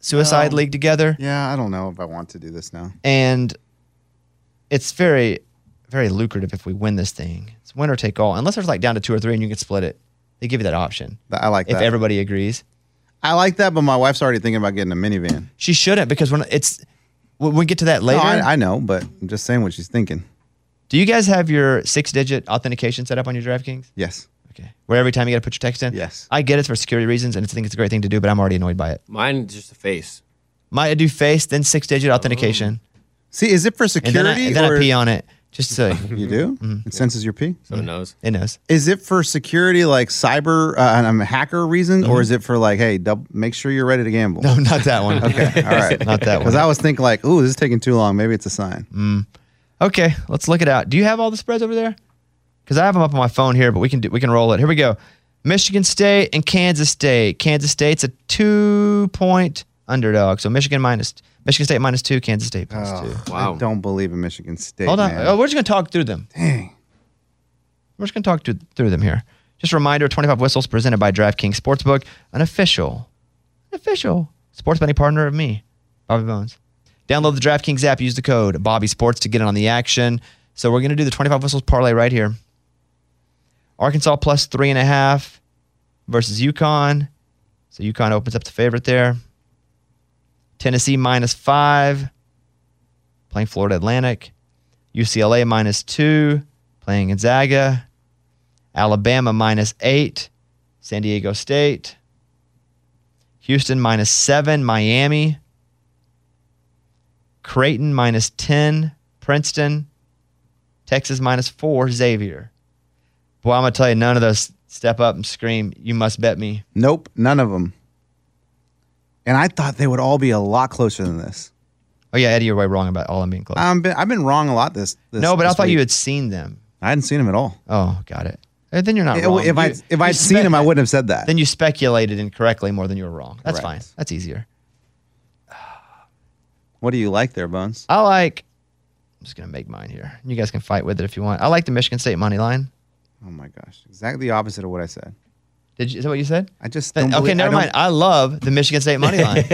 Speaker 5: suicide league together,
Speaker 6: Yeah, I don't know if I want to do this now.
Speaker 5: and it's very, very lucrative if we win this thing. It's win or take all, unless there's like down to two or three and you can split it. They give you that option
Speaker 6: Th- I like
Speaker 5: if
Speaker 6: that.
Speaker 5: everybody agrees.
Speaker 6: I like that, but my wife's already thinking about getting a minivan.
Speaker 5: She shouldn't because we're not, it's when we get to that
Speaker 6: No,
Speaker 5: later.
Speaker 6: I, I know, but I'm just saying what she's thinking.
Speaker 5: do you guys have your six-digit authentication set up on your DraftKings?
Speaker 6: Yes.
Speaker 5: Okay, where every time you got to put your text in.
Speaker 6: Yes.
Speaker 5: I get it for security reasons, and I think it's a great thing to do, but I'm already annoyed by it.
Speaker 7: Mine's just a face.
Speaker 5: Might I do face, then six-digit authentication,
Speaker 6: See, is it for
Speaker 5: and then, I,
Speaker 6: security?
Speaker 5: and then I
Speaker 6: or
Speaker 5: pee on it just so
Speaker 6: You do?
Speaker 5: Mm-hmm.
Speaker 6: It senses your pee?
Speaker 7: So it knows.
Speaker 5: it knows.
Speaker 6: Is it for security, like cyber, uh, um, hacker reason, or is it for like, hey, dub- make sure you're ready to gamble?
Speaker 5: Mm-hmm. No, not that one.
Speaker 6: Okay. All right.
Speaker 5: Not that
Speaker 6: Because
Speaker 5: one.
Speaker 6: I was thinking like, ooh, this is taking too long. Maybe it's a sign.
Speaker 5: Okay, let's look it out. Do you have all the spreads over there? Because I have them up on my phone here, but we can do, we can roll it. Here we go. Michigan State and Kansas State. Kansas State's a two point underdog. So Michigan minus Michigan State minus two. Kansas State plus two.
Speaker 7: Wow.
Speaker 6: I don't believe in Michigan State.
Speaker 5: Hold on.
Speaker 6: Oh, man.
Speaker 5: Oh, we're just gonna talk through them. Dang. We're just gonna talk through, through them here. Just a reminder: Twenty Five Whistles presented by DraftKings Sportsbook, an official, an official sports betting partner of me, Bobby Bones. Download the DraftKings app. Use the code Bobby Sports to get in on the action. So we're gonna do the Twenty Five Whistles parlay right here. Arkansas plus three and a half versus UConn. So UConn opens up the favorite there. Tennessee minus five, playing Florida Atlantic. UCLA minus two, playing Gonzaga. Alabama minus eight, San Diego State. Houston minus seven, Miami. Creighton minus 10, Princeton. Texas minus four, Xavier. Boy, I'm going to tell you, none of those step up and scream, you must bet me.
Speaker 6: Nope, none of them. And I thought they would all be a lot closer than this.
Speaker 5: Oh, yeah, Eddie, you're way wrong about all I'm being close.
Speaker 6: I'm been, I've been wrong a lot this. this
Speaker 5: no, but I
Speaker 6: Uh, this
Speaker 5: thought
Speaker 6: week.
Speaker 5: you had seen them.
Speaker 6: I hadn't seen him at all.
Speaker 5: Oh, got it. Eh, Then you're not wrong.
Speaker 6: if I
Speaker 5: You-
Speaker 6: if
Speaker 5: you
Speaker 6: I'd seen
Speaker 5: spe-
Speaker 6: him, I wouldn't have said that.
Speaker 5: then you speculated incorrectly more than you were wrong. That's
Speaker 6: Correct.
Speaker 5: fine. That's easier.
Speaker 6: what do you like there, Bones?
Speaker 5: I like. I'm just gonna make mine here. You guys can fight with it if you want. I like the Michigan State money line.
Speaker 6: Oh my gosh, exactly the opposite of what I said.
Speaker 5: Did you, is that what you said?
Speaker 6: I just
Speaker 5: Then-
Speaker 6: don't
Speaker 5: okay,
Speaker 6: believe-
Speaker 5: never
Speaker 6: I don't-
Speaker 5: mind. I love the Michigan State money line.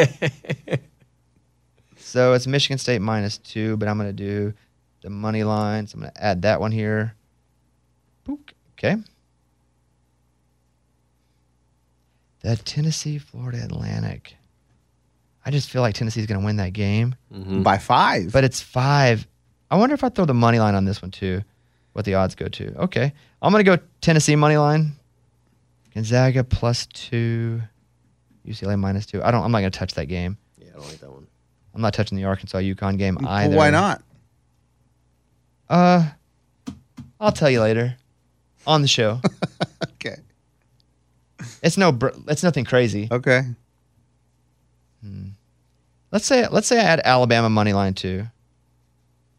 Speaker 5: so it's Michigan State minus two, but I'm gonna do the money line. So I'm gonna add that one here. Boop. Okay. The Tennessee Florida Atlantic. I just feel like Tennessee's gonna win that game.
Speaker 6: by five.
Speaker 5: but it's five. I wonder if I throw the money line on this one too. What the odds go to? Okay, I'm gonna go Tennessee money line. Gonzaga plus two, UCLA minus two. I don't. I'm not gonna touch that game.
Speaker 7: Yeah, I don't like that one.
Speaker 5: I'm not touching the Arkansas UConn game
Speaker 6: Well,
Speaker 5: either.
Speaker 6: why not?
Speaker 5: Uh, I'll tell you later, on the show.
Speaker 6: Okay,
Speaker 5: it's no. Br- it's nothing crazy.
Speaker 6: okay.
Speaker 5: Let's say. Let's say I add Alabama money line too.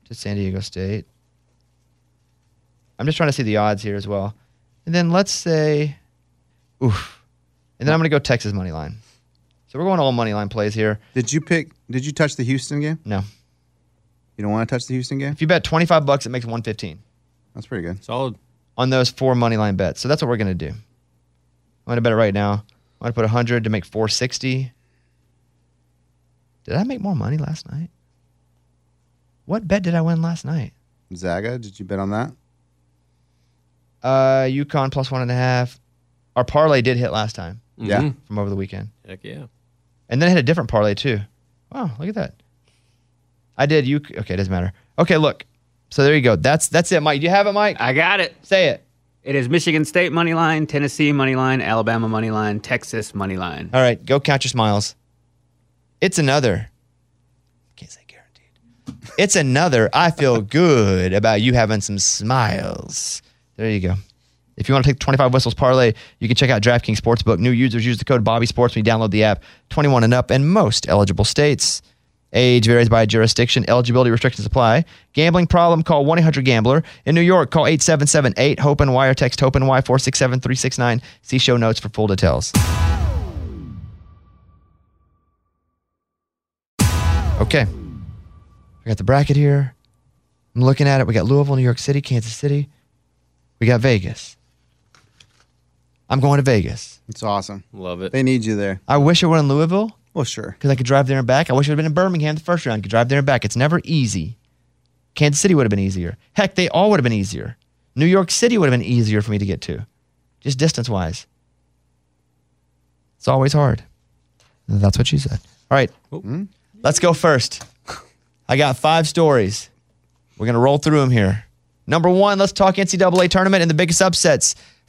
Speaker 5: To San Diego State. I'm just trying to see the odds here as well. And then let's say, oof. And then I'm going to go Texas money line. So we're going all money line plays here.
Speaker 6: Did you pick? Did you touch the Houston game?
Speaker 5: No.
Speaker 6: You don't want to touch the Houston game?
Speaker 5: If you bet 25 bucks, it makes 115
Speaker 6: That's pretty good.
Speaker 7: Solid.
Speaker 5: on those four money line bets. So that's what we're going to do. I'm going to bet it right now. I'm going to put 100 to make 460. Did I make more money last night? What bet did I win last night?
Speaker 6: Zaga, did you bet on that?
Speaker 5: Uh, UConn plus one and a half. Our parlay did hit last time
Speaker 6: Yeah.
Speaker 5: from over the weekend.
Speaker 7: Heck yeah.
Speaker 5: And then I had a different parlay too. Wow, look at that. I did you okay, it doesn't matter. Okay, look. So there you go. That's that's it, Mike. Do you have it, Mike?
Speaker 8: I got it.
Speaker 5: Say it.
Speaker 8: It is Michigan State money line, Tennessee money line, Alabama money line, Texas money line.
Speaker 5: All right, go count your smiles. It's another. Can't say guaranteed. It's another. I feel good about you having some smiles. There you go. If you want to take the 25 whistles parlay, you can check out DraftKings Sportsbook. New users use the code BobbySports when you download the app. 21 and up in most eligible states. Age varies by jurisdiction. Eligibility restrictions apply. Gambling problem? Call 1-800-GAMBLER. In New York, call 877-8-HOPE-NY or text HOPE-NY 467-369. See show notes for full details. Okay. We got the bracket here. I'm looking at it. We got Louisville, New York City, Kansas City. We got Vegas. I'm going to Vegas.
Speaker 6: It's awesome.
Speaker 7: Love it.
Speaker 6: They need you there.
Speaker 5: I wish I were in Louisville
Speaker 6: Well, sure.
Speaker 5: because I could drive there and back. I wish I would have been in Birmingham the first round. Could drive there and back. It's never easy. Kansas City would have been easier. Heck, they all would have been easier. New York City would have been easier for me to get to, just distance wise. It's always hard. That's what she said. All right, let's go first. I got five stories. We're gonna roll through them here. Number one, let's talk NCAA tournament and the biggest upsets.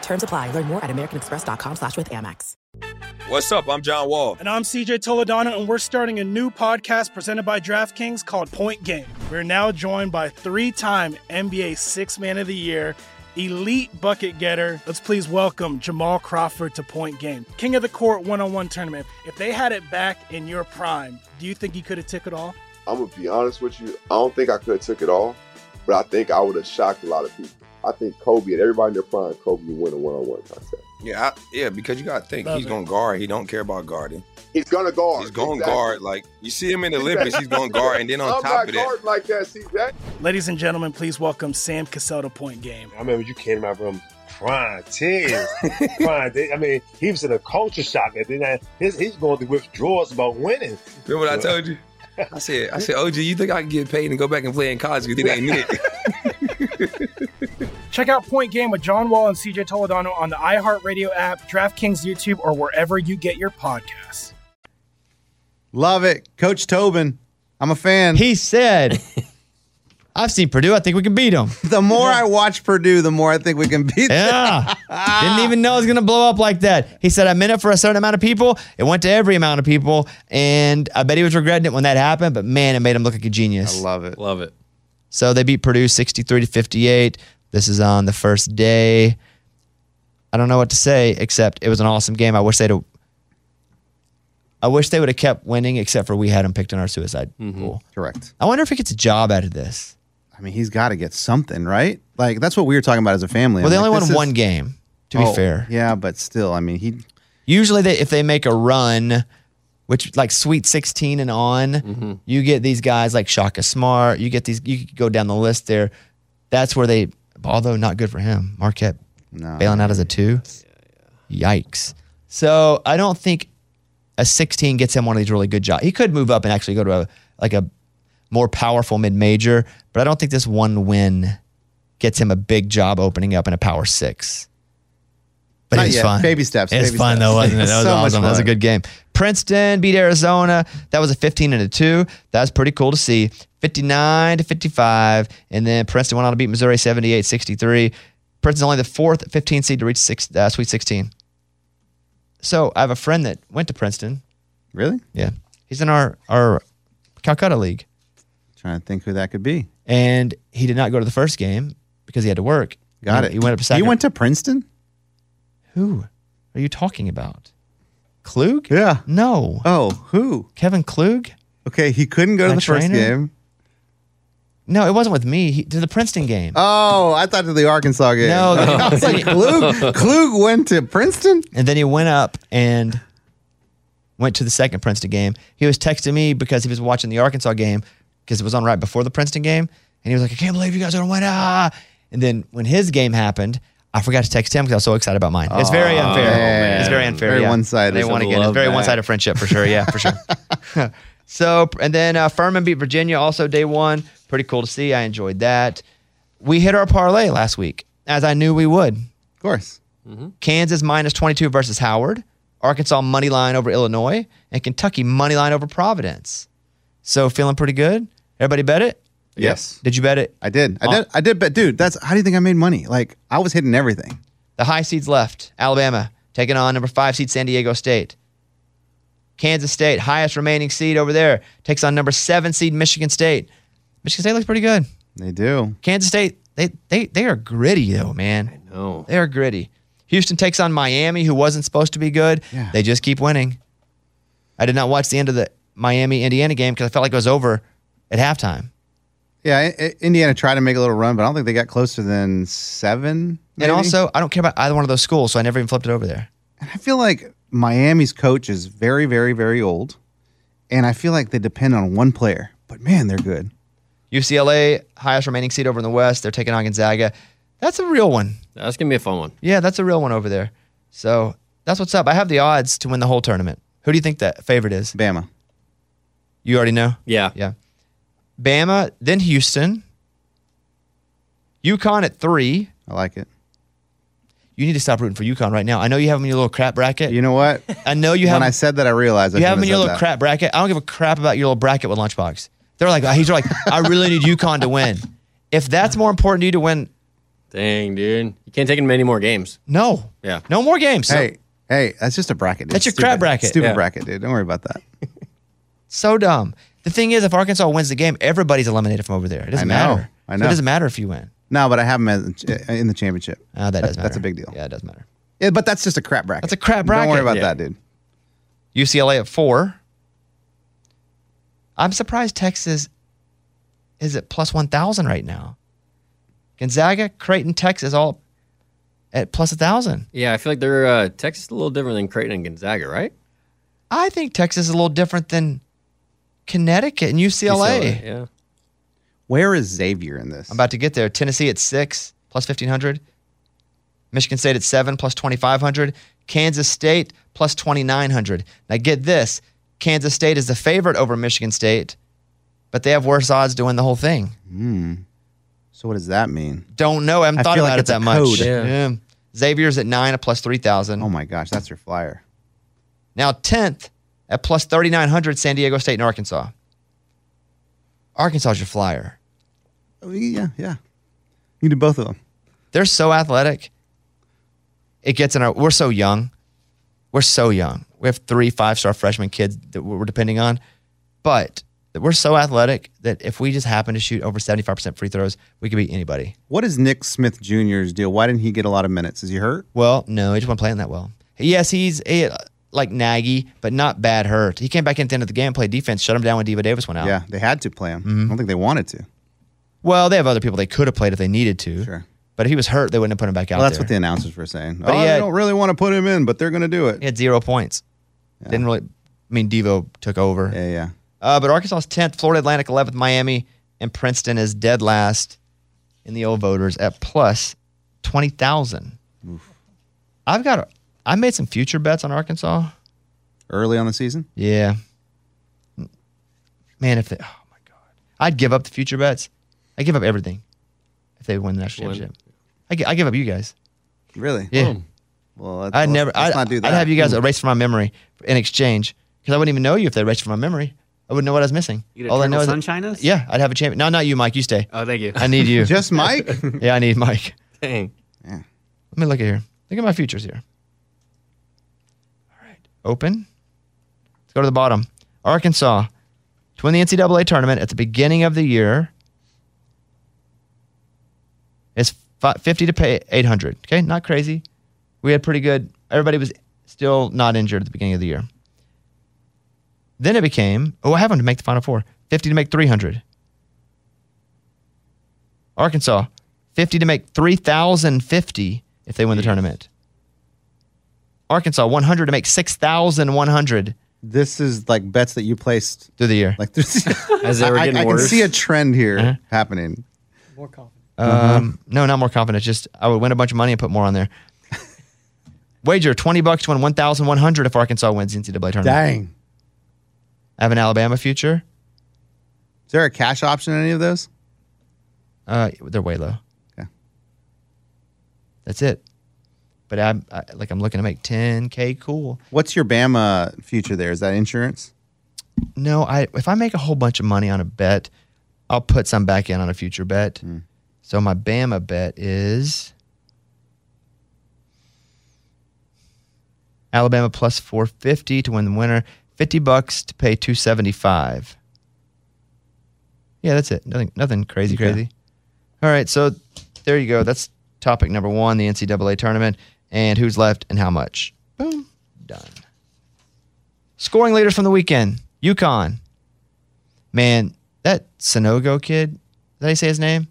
Speaker 1: Terms apply. Learn more at americanexpress.com slash with Amex.
Speaker 9: What's up? I'm John Wall.
Speaker 10: And I'm CJ Toledano, and we're starting a new podcast presented by DraftKings called Point Game. We're now joined by three time NBA Six Man of the Year, elite bucket getter. Let's please welcome Jamal Crawford to Point Game, King of the Court one on one tournament. If they had it back in your prime, do you think he could have took it all?
Speaker 11: I'm gonna be honest with you. I don't think I could have took it all, but I think I would have shocked a lot of people. I think Kobe and everybody in their prime, Kobe would win a one-on-one contest.
Speaker 9: Yeah, I, yeah, because you gotta think
Speaker 10: Love
Speaker 9: he's
Speaker 10: it.
Speaker 9: gonna guard. He don't care about guarding.
Speaker 11: He's gonna guard.
Speaker 9: He's gonna
Speaker 11: Exactly.
Speaker 9: guard. Like you see him in the Olympics, he's gonna
Speaker 11: Exactly.
Speaker 9: guard, and then on
Speaker 11: I'm
Speaker 9: top
Speaker 11: not
Speaker 9: of that,
Speaker 11: guarding like that, see that?
Speaker 10: Ladies and gentlemen, please welcome Sam Cassell to Point Game.
Speaker 12: I remember you came in my room crying tears, crying. tears. I mean, he was in a culture shock, and then I- his, he's going through withdrawals about winning.
Speaker 9: remember what I told you? I said, I said, OG, you think I can get paid and go back and play in college because it ain't it?
Speaker 10: Check out Point Game with John Wall and CJ Toledano on the iHeartRadio app, DraftKings YouTube, or wherever you get your podcasts.
Speaker 6: Love it. Coach Tobin. I'm a fan.
Speaker 5: He said, "I've seen Purdue. I think we can beat them."
Speaker 6: the more I watch Purdue, the more I think we can beat them.
Speaker 5: Yeah. Didn't even know it was going to blow up like that. He said, I meant it for a certain amount of people. It went to every amount of people. And I bet he was regretting it when that happened, but man, it made him look like a genius.
Speaker 6: I love it.
Speaker 7: Love it.
Speaker 5: so they beat Purdue 63 to 58. This is on the first day. I don't know what to say except it was an awesome game. I wish they'd have. I wish they would have kept winning, except for we had them picked in our suicide
Speaker 6: Mm-hmm.
Speaker 5: pool.
Speaker 6: Correct.
Speaker 5: I wonder if he gets a job out of this.
Speaker 6: I mean, he's got to get something, right? Like that's what we were talking about as a family.
Speaker 5: Well, they
Speaker 6: I'm
Speaker 5: only
Speaker 6: like,
Speaker 5: won
Speaker 6: this is-
Speaker 5: one game, to be
Speaker 6: Oh,
Speaker 5: fair.
Speaker 6: Yeah, but still, I mean, he
Speaker 5: usually they, if they make a run which like sweet 16 and on
Speaker 6: Mm-hmm.
Speaker 5: you get these guys like shaka smart you get these you could go down the list there that's where they although not good for him marquette bailing out as a two yikes so i don't think a 16 gets him one of these really good jobs he could move up and actually go to a like a more powerful mid-major but i don't think this one win gets him a big job opening up in a power six but
Speaker 6: Not
Speaker 5: it was
Speaker 6: yet.
Speaker 5: fun.
Speaker 6: Baby steps,
Speaker 5: It was
Speaker 6: baby
Speaker 5: fun
Speaker 6: steps.
Speaker 5: though, wasn't it? That was
Speaker 6: So much
Speaker 5: awesome. That was a
Speaker 6: fun.
Speaker 5: good game. Princeton beat Arizona. That was a 15 and a two. That was pretty cool to see. 59 to 55, and then Princeton went on to beat Missouri 78-63. Princeton's only the fourth 15 seed to reach six, uh, Sweet 16. So I have a friend that went to Princeton.
Speaker 6: really
Speaker 5: Yeah, he's in our our Calcutta league
Speaker 6: trying to think who that could be.
Speaker 5: and he did not go to the first game because he had to work.
Speaker 6: Got
Speaker 5: He-
Speaker 6: it.
Speaker 5: He went up to
Speaker 6: He
Speaker 5: second.
Speaker 6: went to Princeton.
Speaker 5: Who are you talking about? Klug?
Speaker 6: Yeah.
Speaker 5: No.
Speaker 6: Oh, who?
Speaker 5: Kevin Klug?
Speaker 6: Okay, he couldn't go to
Speaker 5: My
Speaker 6: the first
Speaker 5: trainer?
Speaker 6: game.
Speaker 5: No, it wasn't with me. He, to the Princeton game.
Speaker 6: Oh, I thought to the Arkansas game.
Speaker 5: No,
Speaker 6: I was like, Klug, Klug went to Princeton?
Speaker 5: And then he went up and went to the second Princeton game. He was texting me because he was watching the Arkansas game because it was on right before the Princeton game. And he was like, I can't believe you guys are going to win. Ah. And then when his game happened, I forgot to text him because I was so excited about mine. It's very
Speaker 6: Aw,
Speaker 5: unfair.
Speaker 6: man.
Speaker 5: It's very unfair.
Speaker 6: Very
Speaker 5: yeah.
Speaker 6: one-sided.
Speaker 5: They won
Speaker 6: Should've
Speaker 5: again. It's
Speaker 6: loved
Speaker 5: very
Speaker 6: that.
Speaker 5: one sided friendship for sure. Yeah, for sure. so, and then uh, Furman beat Virginia also day one. Pretty cool to see. I enjoyed that. We hit our parlay last week, as I knew we would. Of
Speaker 6: course.
Speaker 5: Kansas minus 22 versus Howard, Arkansas money line over Illinois, and Kentucky money line over Providence. So feeling pretty good. Everybody bet it?
Speaker 6: Yes.
Speaker 5: Did you bet it?
Speaker 6: I did. I did. I did. But dude, that's how do you think I made money? Like I was hitting everything.
Speaker 5: The high seeds left. Alabama taking on number five seed San Diego State. Kansas State, highest remaining seed over there, takes on number seven seed Michigan State. Michigan State looks pretty good.
Speaker 6: They do.
Speaker 5: Kansas State, they they they are gritty though, man. I know. They are gritty. Houston takes on Miami, who wasn't supposed to be good.
Speaker 6: Yeah.
Speaker 5: They just keep winning. I did not watch the end of the Miami Indiana game because I felt like it was over at halftime.
Speaker 6: Yeah, I- I- Indiana tried to make a little run, but I don't think they got closer than seven. maybe?
Speaker 5: And also, I don't care about either one of those schools, so I never even flipped it over there.
Speaker 6: I feel like Miami's coach is very, very, very old, and I feel like they depend on one player. But man, they're good.
Speaker 5: UCLA, highest remaining seed over in the West. They're taking on Gonzaga. That's a real one.
Speaker 7: That's gonna be a fun one.
Speaker 5: Yeah, that's a real one over there. So that's what's up. I have the odds to win the whole tournament. Who do you think that favorite is?
Speaker 6: Bama.
Speaker 5: You already know?
Speaker 7: Yeah.
Speaker 5: Yeah. Bama, then Houston. UConn at three.
Speaker 6: I like it.
Speaker 5: You need to stop rooting for UConn right now. I know you have them in your little crap bracket.
Speaker 6: You know what?
Speaker 5: I know you have
Speaker 6: when I said that, I realized I
Speaker 5: you have them in
Speaker 6: shouldn't
Speaker 5: your little
Speaker 6: said that.
Speaker 5: crap bracket. I don't give a crap about your little bracket with Lunchbox. They're like, he's like, I really need UConn to win. If that's more important to you to win,
Speaker 7: Dang, dude, you can't take in many more games.
Speaker 5: no.
Speaker 7: Yeah.
Speaker 5: No more games.
Speaker 6: Hey, hey, that's just a bracket. dude.
Speaker 5: That's your
Speaker 6: Stupid-
Speaker 5: crap bracket.
Speaker 6: Stupid
Speaker 5: Yeah.
Speaker 6: bracket, dude. Don't worry about that.
Speaker 5: So dumb. The thing is, if Arkansas wins the game, everybody's eliminated from over there. It doesn't
Speaker 6: I know.
Speaker 5: matter.
Speaker 6: I
Speaker 5: So
Speaker 6: know.
Speaker 5: it doesn't matter if you win.
Speaker 6: No, but I have them as, in the championship.
Speaker 5: Oh, that does matter.
Speaker 6: That's a big deal.
Speaker 5: Yeah, it does matter.
Speaker 6: Yeah, but that's just a crap bracket.
Speaker 5: That's a crap
Speaker 6: Don't worry
Speaker 5: bracket.
Speaker 6: about
Speaker 5: Yeah.
Speaker 6: that, dude.
Speaker 5: UCLA at four. I'm surprised Texas is at plus 1,000 right now. Gonzaga, Creighton, Texas all at plus 1,000.
Speaker 7: Yeah, I feel like they're uh, Texas is a little different than Creighton and Gonzaga, right?
Speaker 5: I think Texas is a little different than Connecticut and UCLA.
Speaker 7: yeah.
Speaker 6: Where is Xavier in this?
Speaker 5: I'm about to get there. Tennessee at six plus 1,500. Michigan State at seven plus 2,500. Kansas State plus 2,900. Now get this Kansas State is the favorite over Michigan State, but they have worse odds to win the whole thing.
Speaker 6: So what does that mean?
Speaker 5: Don't know. I haven't
Speaker 6: I
Speaker 5: thought
Speaker 6: feel
Speaker 5: about
Speaker 6: like
Speaker 5: it
Speaker 6: it's a
Speaker 5: that much.
Speaker 6: code. Yeah.
Speaker 5: Xavier's at nine at plus 3,000.
Speaker 6: Oh my gosh, that's your flyer.
Speaker 5: Now 10th at plus 3,900, San Diego State and Arkansas. Arkansas's your flyer.
Speaker 6: Oh, yeah, yeah. You do both of them.
Speaker 5: They're so athletic. It gets in our. We're so young. We're so young. We have three five star freshman kids that we're depending on, but we're so athletic that if we just happen to shoot over seventy five percent free throws, we could beat anybody.
Speaker 6: What is Nick Smith Jr.'s deal? Why didn't he get a lot of minutes? Is he hurt?
Speaker 5: Well, no, he just wasn't playing that well. Yes, he's eh, like naggy, but not bad hurt. He came back in at the end of the game, played defense, shut him down when Diva Davis went out.
Speaker 6: Yeah, they had to play him.
Speaker 5: Mm-hmm.
Speaker 6: I don't think they wanted to.
Speaker 5: Well, they have other people they could have played if they needed to. Sure. But if he was hurt, they wouldn't have put him back out
Speaker 6: Well, that's
Speaker 5: there.
Speaker 6: what the announcers were saying.
Speaker 5: But
Speaker 6: oh,
Speaker 5: he
Speaker 6: they
Speaker 5: had-
Speaker 6: don't really want to put him in, but they're going to do it.
Speaker 5: He had zero points. Didn't really. I mean, Devo took over.
Speaker 6: Yeah, yeah.
Speaker 5: Uh, but Arkansas is tenth, Florida Atlantic eleventh, Miami, and Princeton is dead last in the old voters at plus twenty thousand. I've got. A, I made some future bets on Arkansas.
Speaker 6: Early on the season?
Speaker 5: Yeah. Man, if they, oh my god, I'd give up the future bets. I give up everything if they win the national
Speaker 6: Win.
Speaker 5: championship. I, gi- I give up you guys.
Speaker 6: Really?
Speaker 5: Yeah.
Speaker 6: Well, let's,
Speaker 5: I'd
Speaker 6: let's-
Speaker 5: never.
Speaker 6: let's
Speaker 5: I'd,
Speaker 6: not do that.
Speaker 5: I'd have you guys
Speaker 6: Hmm.
Speaker 5: erase from my memory in exchange because I wouldn't even know you if they erased from my memory. I wouldn't know what I was missing.
Speaker 8: You get a
Speaker 5: All I
Speaker 8: Eternal
Speaker 5: know is that-
Speaker 8: Sunshine us?
Speaker 5: Yeah, I'd have a champion. No, not you, Mike. You stay.
Speaker 8: Oh, thank you.
Speaker 5: I need you.
Speaker 6: Just Mike?
Speaker 5: yeah, I need Mike.
Speaker 7: Dang.
Speaker 5: Let me look at here. Look at my futures here. All right, open. Let's go to the bottom. Arkansas to win the NCAA tournament at the beginning of the year is fi- 50 to pay 800. Okay, not crazy. We had pretty good. Everybody was Still not injured at the beginning of the year. Then it became, oh, I have him to make the Final Four. 50 to make 300. Arkansas, 50 to make 3,050 if they win the tournament. Arkansas, 100 to make 6,100.
Speaker 6: This is like bets that you placed
Speaker 5: through the year.
Speaker 6: Like As I, I can see a trend here
Speaker 5: Uh-huh.
Speaker 6: happening.
Speaker 13: More confident.
Speaker 5: Um, No, not more confident. Just I would win a bunch of money and put more on there. Wager twenty bucks to win one thousand one hundred if Arkansas wins the NCAA tournament.
Speaker 6: Dang.
Speaker 5: I have an Alabama future.
Speaker 6: Is there a cash option in any of those?
Speaker 5: Uh, they're way low.
Speaker 6: Okay.
Speaker 5: That's it. But I'm I, like I'm looking to make ten k cool.
Speaker 6: What's your Bama future there? Is that insurance?
Speaker 5: No, I if I make a whole bunch of money on a bet, I'll put some back in on a future bet. So my Bama bet is Alabama plus 450 to win the winner, 50 bucks to pay 275. Yeah, that's it. Nothing nothing crazy
Speaker 6: Okay.
Speaker 5: crazy. All right, so there you go. That's topic number 1, the NCAA tournament and who's left and how much. Boom. Done. Scoring leaders from the weekend. UConn. Man, that Sonogo kid, did I say his name?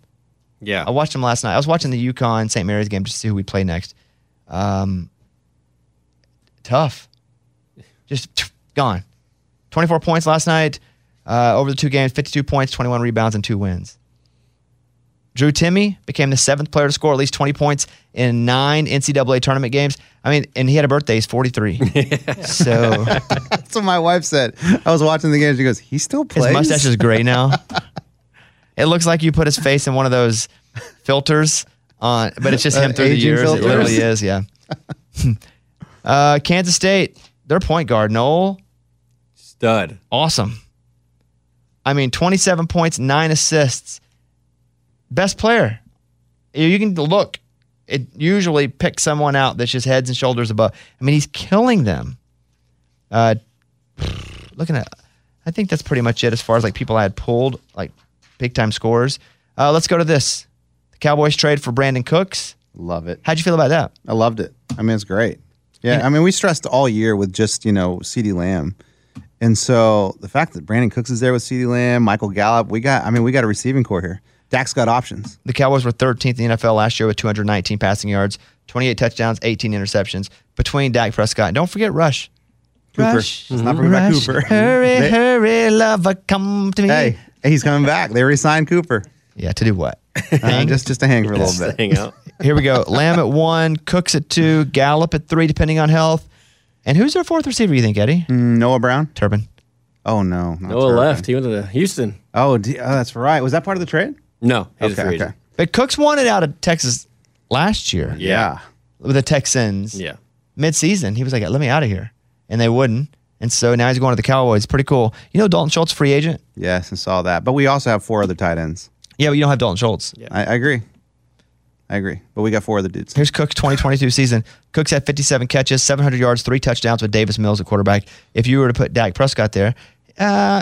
Speaker 7: Yeah.
Speaker 5: I watched him last night. I was watching the UConn St. Mary's game just to see who we play next. Um, tough. Just gone. 24 points last night. Uh, over the two games, 52 points, 21 rebounds, and two wins. Drew Timmy became the seventh player to score at least 20 points in nine NCAA tournament games. I mean, and he had a birthday. He's 43. so
Speaker 6: That's what my wife said. I was watching the game. She goes, "He still plays."
Speaker 5: his mustache is gray now. it looks like you put his face in one of those filters on, but it's just him
Speaker 6: Uh,
Speaker 5: through the
Speaker 6: aging
Speaker 5: years.
Speaker 6: filters.
Speaker 5: It literally is, yeah. uh, Kansas State, their point guard Noel,
Speaker 7: stud,
Speaker 5: awesome. I mean, twenty-seven points, nine assists, best player. You- You can look. It usually picks someone out that's just heads and shoulders above. I mean, he's killing them. Uh, looking at, I think that's pretty much it as far as like people I had pulled, like big time scores. Uh, let's go to this. The Cowboys trade for Brandon Cooks.
Speaker 6: Love it.
Speaker 5: How'd you feel about that?
Speaker 6: I loved it. I mean, it's great. Yeah, I mean, we stressed all year with just you know Ceedee Lamb, and so the fact that Brandon Cooks is there with Ceedee Lamb, Michael Gallup, we got. I mean, we got a receiving core here. Dak's got options.
Speaker 5: The Cowboys were 13th in the NFL last year with 219 passing yards, 28 touchdowns, 18 interceptions between Dak Prescott. And don't forget Rush.
Speaker 6: Cooper.
Speaker 5: Rush,
Speaker 6: Let's not forget about
Speaker 5: Rush.
Speaker 6: Cooper.
Speaker 5: Hurry,
Speaker 6: They-
Speaker 5: hurry, lover, come to me.
Speaker 6: Hey, he's coming back. They re-signed Cooper.
Speaker 5: Yeah, to do what?
Speaker 6: Uh, just just to hang for a little bit.
Speaker 5: Here we go. Lamb at one, Cooks at two, Gallup at three, depending on health. And who's their fourth receiver, you think, Eddie?
Speaker 6: Noah Brown.
Speaker 5: Turbin.
Speaker 6: Oh no, not
Speaker 7: Noah
Speaker 6: Turbin.
Speaker 7: left. He went to the Houston.
Speaker 6: Oh, d- oh, that's right. Was that part of the trade?
Speaker 7: No, he's
Speaker 6: Okay,
Speaker 7: a free
Speaker 6: okay.
Speaker 7: agent.
Speaker 5: But Cooks wanted out of Texas last year.
Speaker 7: Yeah.
Speaker 5: With the Texans.
Speaker 7: Yeah.
Speaker 5: Mid-season, he was like, "Let me out of here," and they wouldn't. And so now he's going to the Cowboys. Pretty cool. You know, Dalton Schultz free agent.
Speaker 6: Yes, I saw that. But we also have four other tight ends.
Speaker 5: Yeah, but you don't have Dalton Schultz.
Speaker 6: I, I agree. I agree. But we got four other dudes.
Speaker 5: Here's Cook's 2022 season. Cook's had 57 catches, 700 yards, three touchdowns with Davis Mills at quarterback. If you were to put Dak Prescott there, uh,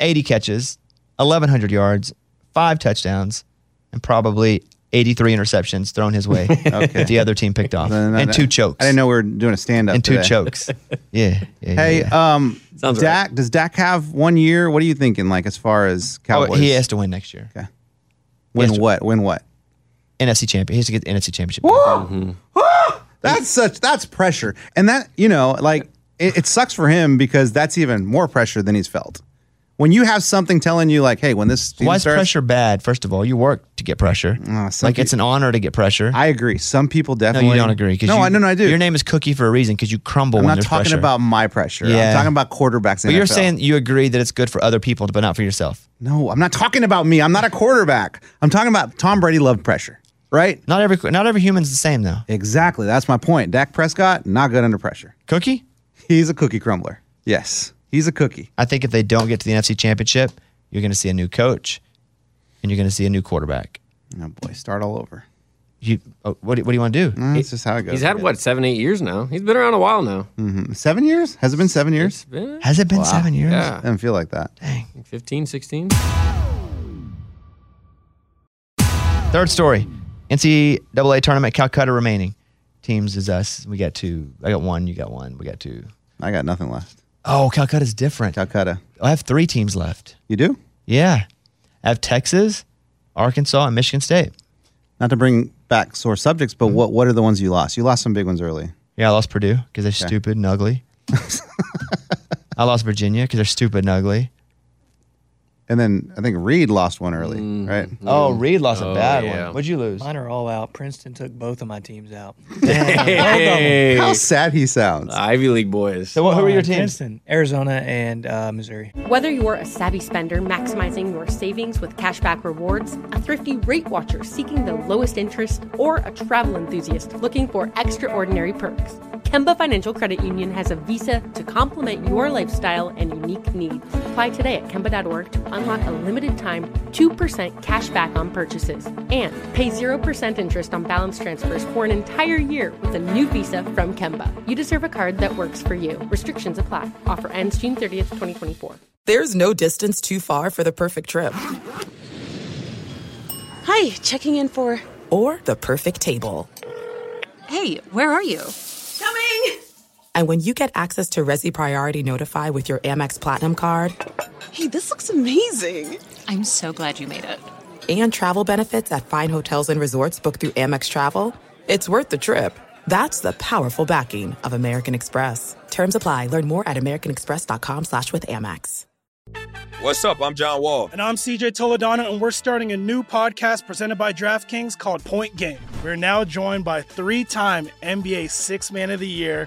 Speaker 5: 80 catches, 1,100 yards, five touchdowns, and probably 83 interceptions thrown his way that the other team picked off,
Speaker 6: Then I-
Speaker 5: and two chokes.
Speaker 6: I didn't know we were doing a stand up.
Speaker 5: and two chokes. Yeah. yeah,
Speaker 6: Hey,
Speaker 5: yeah.
Speaker 6: um, Dak, does Dak have one year? What are you thinking, like, as far as
Speaker 5: Oh,
Speaker 6: Cowboys?
Speaker 5: he has to win next year.
Speaker 6: Okay. Win
Speaker 5: has to-
Speaker 6: what? Win what?
Speaker 5: NFC champion. He has to get the NFC championship.
Speaker 6: That's such, that's pressure. And that, you know, like, it, it sucks for him because that's even more pressure than he's felt. When you have something telling you, like, hey, when this season
Speaker 5: Why is
Speaker 6: starts,
Speaker 5: pressure bad? First of all, you work to get pressure.
Speaker 6: some
Speaker 5: like it's an honor to get pressure.
Speaker 6: Oh, I agree. Some people
Speaker 5: no,
Speaker 6: definitely
Speaker 5: you don't agree. 'cause
Speaker 6: No,
Speaker 5: you,
Speaker 6: I no, no, I do.
Speaker 5: Your name is Cookie for a reason because you crumble.
Speaker 6: I'm
Speaker 5: when
Speaker 6: not
Speaker 5: there's
Speaker 6: talking
Speaker 5: pressure.
Speaker 6: about my pressure.
Speaker 5: Yeah.
Speaker 6: I'm talking about quarterbacks. In
Speaker 5: But you're
Speaker 6: NFL.
Speaker 5: saying you agree that it's good for other people, but not for yourself.
Speaker 6: no. I'm not talking about me. I'm not a quarterback. I'm talking about Tom Brady loved pressure, right?
Speaker 5: Not every not every human's the same though.
Speaker 6: Exactly. That's my point. Dak Prescott not good under pressure.
Speaker 5: Cookie,
Speaker 6: He's a cookie crumbler. Yes, he's a cookie.
Speaker 5: I think if they don't get to the NFC Championship, you're going to see a new coach, and you're going to see a new quarterback.
Speaker 6: Oh boy, start all over.
Speaker 5: You, oh, what, do- what do you want to do?
Speaker 6: Mm, That's just how it goes.
Speaker 7: He's had what seven, eight years now. He's been around a while now.
Speaker 13: Hmm.
Speaker 6: Mhm. seven years? Has it been seven years?
Speaker 7: Been
Speaker 5: Has it been seven years?
Speaker 7: Yeah.
Speaker 13: Hmm.
Speaker 6: Doesn't feel like that.
Speaker 7: 15, 16.
Speaker 5: Third story: NCAA tournament Calcutta remaining. teams is us. We got two. I got one. You got one. We got two.
Speaker 6: I got nothing left.
Speaker 5: Oh, Calcutta's different.
Speaker 6: Calcutta.
Speaker 5: I have three teams left.
Speaker 6: You do?
Speaker 5: Yeah. I have Texas, Arkansas, and Michigan State.
Speaker 6: Not to bring back sore subjects, but what what are the ones you lost? You lost some big ones early.
Speaker 5: Yeah, I lost Purdue because they're stupid and ugly. I lost Virginia because they're stupid and ugly.
Speaker 6: And then I think Reed lost one early, right?
Speaker 5: Oh, Reed lost a bad one. What'd you lose?
Speaker 13: Mine are all out. Princeton took both of my teams out.
Speaker 7: Hey. Ah,
Speaker 6: How sad he sounds.
Speaker 7: Ivy League boys.
Speaker 5: So what, who are your
Speaker 13: Mine,
Speaker 5: teams?
Speaker 13: Princeton, Arizona, and uh, Missouri.
Speaker 3: Whether you're a savvy spender maximizing your savings with cashback rewards, a thrifty rate watcher seeking the lowest interest, or a travel enthusiast looking for extraordinary perks, Kemba Financial Credit Union has a visa to complement your lifestyle and unique needs. Apply today at Kemba.org to unlock a limited time 2% cash back on purchases and pay 0% interest on balance transfers for an entire year with a new visa from Kemba. You deserve a card that works for you. Restrictions apply. Offer ends June 30th, 2024.
Speaker 1: There's no distance too far for the perfect trip
Speaker 14: Hi, checking in for.
Speaker 1: or the perfect table.
Speaker 14: Hey, where are you? Coming!
Speaker 1: And when you get access to Resi Priority Notify with your Amex Platinum card
Speaker 14: Hey, this looks amazing! I'm so glad you made it.
Speaker 1: and travel benefits at fine hotels and resorts booked through Amex Travel, it's worth the trip. That's the powerful backing of American Express. Terms apply. Learn more at americanexpress.com slash with Amex.
Speaker 9: What's up? I'm John Wall.
Speaker 10: And I'm CJ Toledano, and we're starting a new podcast presented by DraftKings called Point Game. We're now joined by three time NBA Six Man of the Year,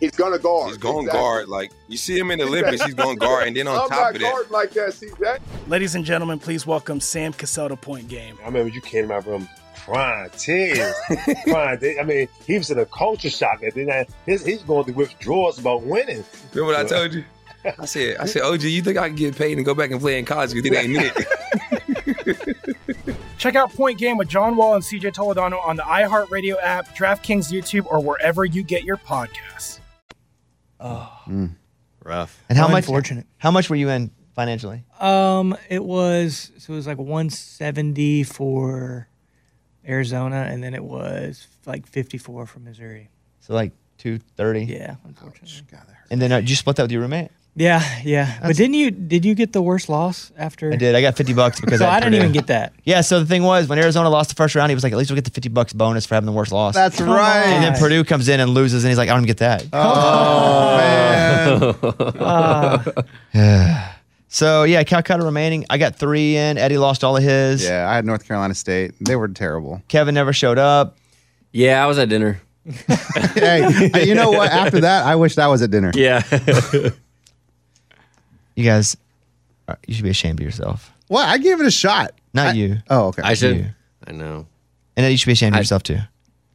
Speaker 11: He's gonna guard.
Speaker 9: He's gonna
Speaker 11: Exactly.
Speaker 9: guard. Like you see him in the Olympics, he's gonna guard, and then on
Speaker 11: I'm
Speaker 9: top
Speaker 11: not
Speaker 9: of that,
Speaker 11: guarding like that. See that?
Speaker 10: Ladies and gentlemen, please welcome Sam Cassell to Point Game.
Speaker 15: I remember you came to my room crying tears, crying. They- I mean, he was in a culture shock, and then I, his, he's going through withdrawals about winning.
Speaker 9: remember what I told you? I said, I said, OG, you think I can get paid and go back and play in college because it ain't it?
Speaker 10: Check out Point Game with John Wall and CJ Toledano on the iHeartRadio app, DraftKings YouTube, or wherever you get your podcasts.
Speaker 7: Rough.
Speaker 5: And how much?
Speaker 13: Unfortunate.
Speaker 5: How much were you in financially?
Speaker 13: Um, it was so it was like 170 for Arizona, and then it was like 54 for Missouri.
Speaker 5: So like two thirty.
Speaker 13: Yeah,
Speaker 5: unfortunately. and then uh, did you split that with your roommate?
Speaker 13: Yeah, yeah. but didn't you did you get the worst loss after?
Speaker 5: I did. I got fifty bucks because
Speaker 13: So
Speaker 5: I, had
Speaker 13: I didn't
Speaker 5: Purdue.
Speaker 13: even get that.
Speaker 5: Yeah. So the thing was, when Arizona lost the first round, he was like, "At least we'll get the fifty bucks bonus for having the worst loss."
Speaker 6: That's Come right.
Speaker 5: And then
Speaker 6: on.
Speaker 5: Purdue comes in and loses, and he's like, "I don't even get that." Yeah. so yeah, Calcutta remaining. I got three in. Eddie lost all of his.
Speaker 6: Yeah, I had North Carolina State. They were terrible.
Speaker 5: Kevin never showed up.
Speaker 7: Yeah, I was at dinner.
Speaker 6: hey, you know what? After that, I wish I was at dinner.
Speaker 7: Yeah.
Speaker 5: You guys, uh, you should be ashamed of yourself.
Speaker 6: What? I gave it a shot.
Speaker 5: Not you.
Speaker 6: Oh, okay.
Speaker 7: I should.
Speaker 5: You.
Speaker 7: I know.
Speaker 5: And Eddie, you should be ashamed of yourself too.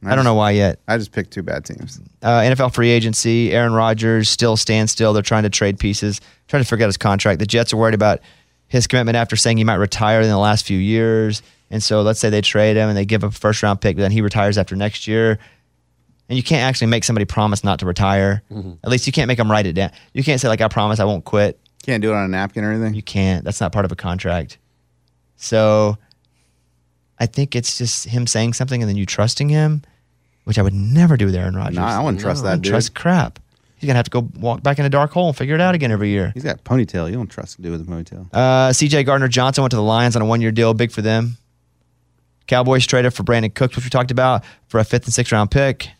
Speaker 5: I don't know why yet.
Speaker 6: I just picked two bad teams.
Speaker 5: uh, NFL free agency. Aaron Rodgers still stands still. They're trying to trade pieces, trying to figure out his contract. The Jets are worried about his commitment after saying he might retire in the last few years. And so let's say they trade him and they give up a first round pick, but then he retires after next year. And you can't actually make somebody promise not to retire. At least you can't make them write it down. You can't say like, "I promise I won't quit."
Speaker 6: Can't do it on a napkin or anything.
Speaker 5: You can't. That's not part of a contract. So, I think it's just him saying something and then you trusting him, which I would never do with Aaron Rodgers.
Speaker 6: Nah, I wouldn't trust that
Speaker 5: I wouldn't Trust
Speaker 6: dude.
Speaker 5: crap. He's gonna have to go walk back in a dark hole and figure it out again every year.
Speaker 6: He's got ponytail. You don't trust a dude with a ponytail.
Speaker 5: Uh, CJ Gardner Johnson went to the Lions on a one year deal. Big for them. Cowboys traded for Brandon Cooks, which we talked about, for a fifth and sixth round pick.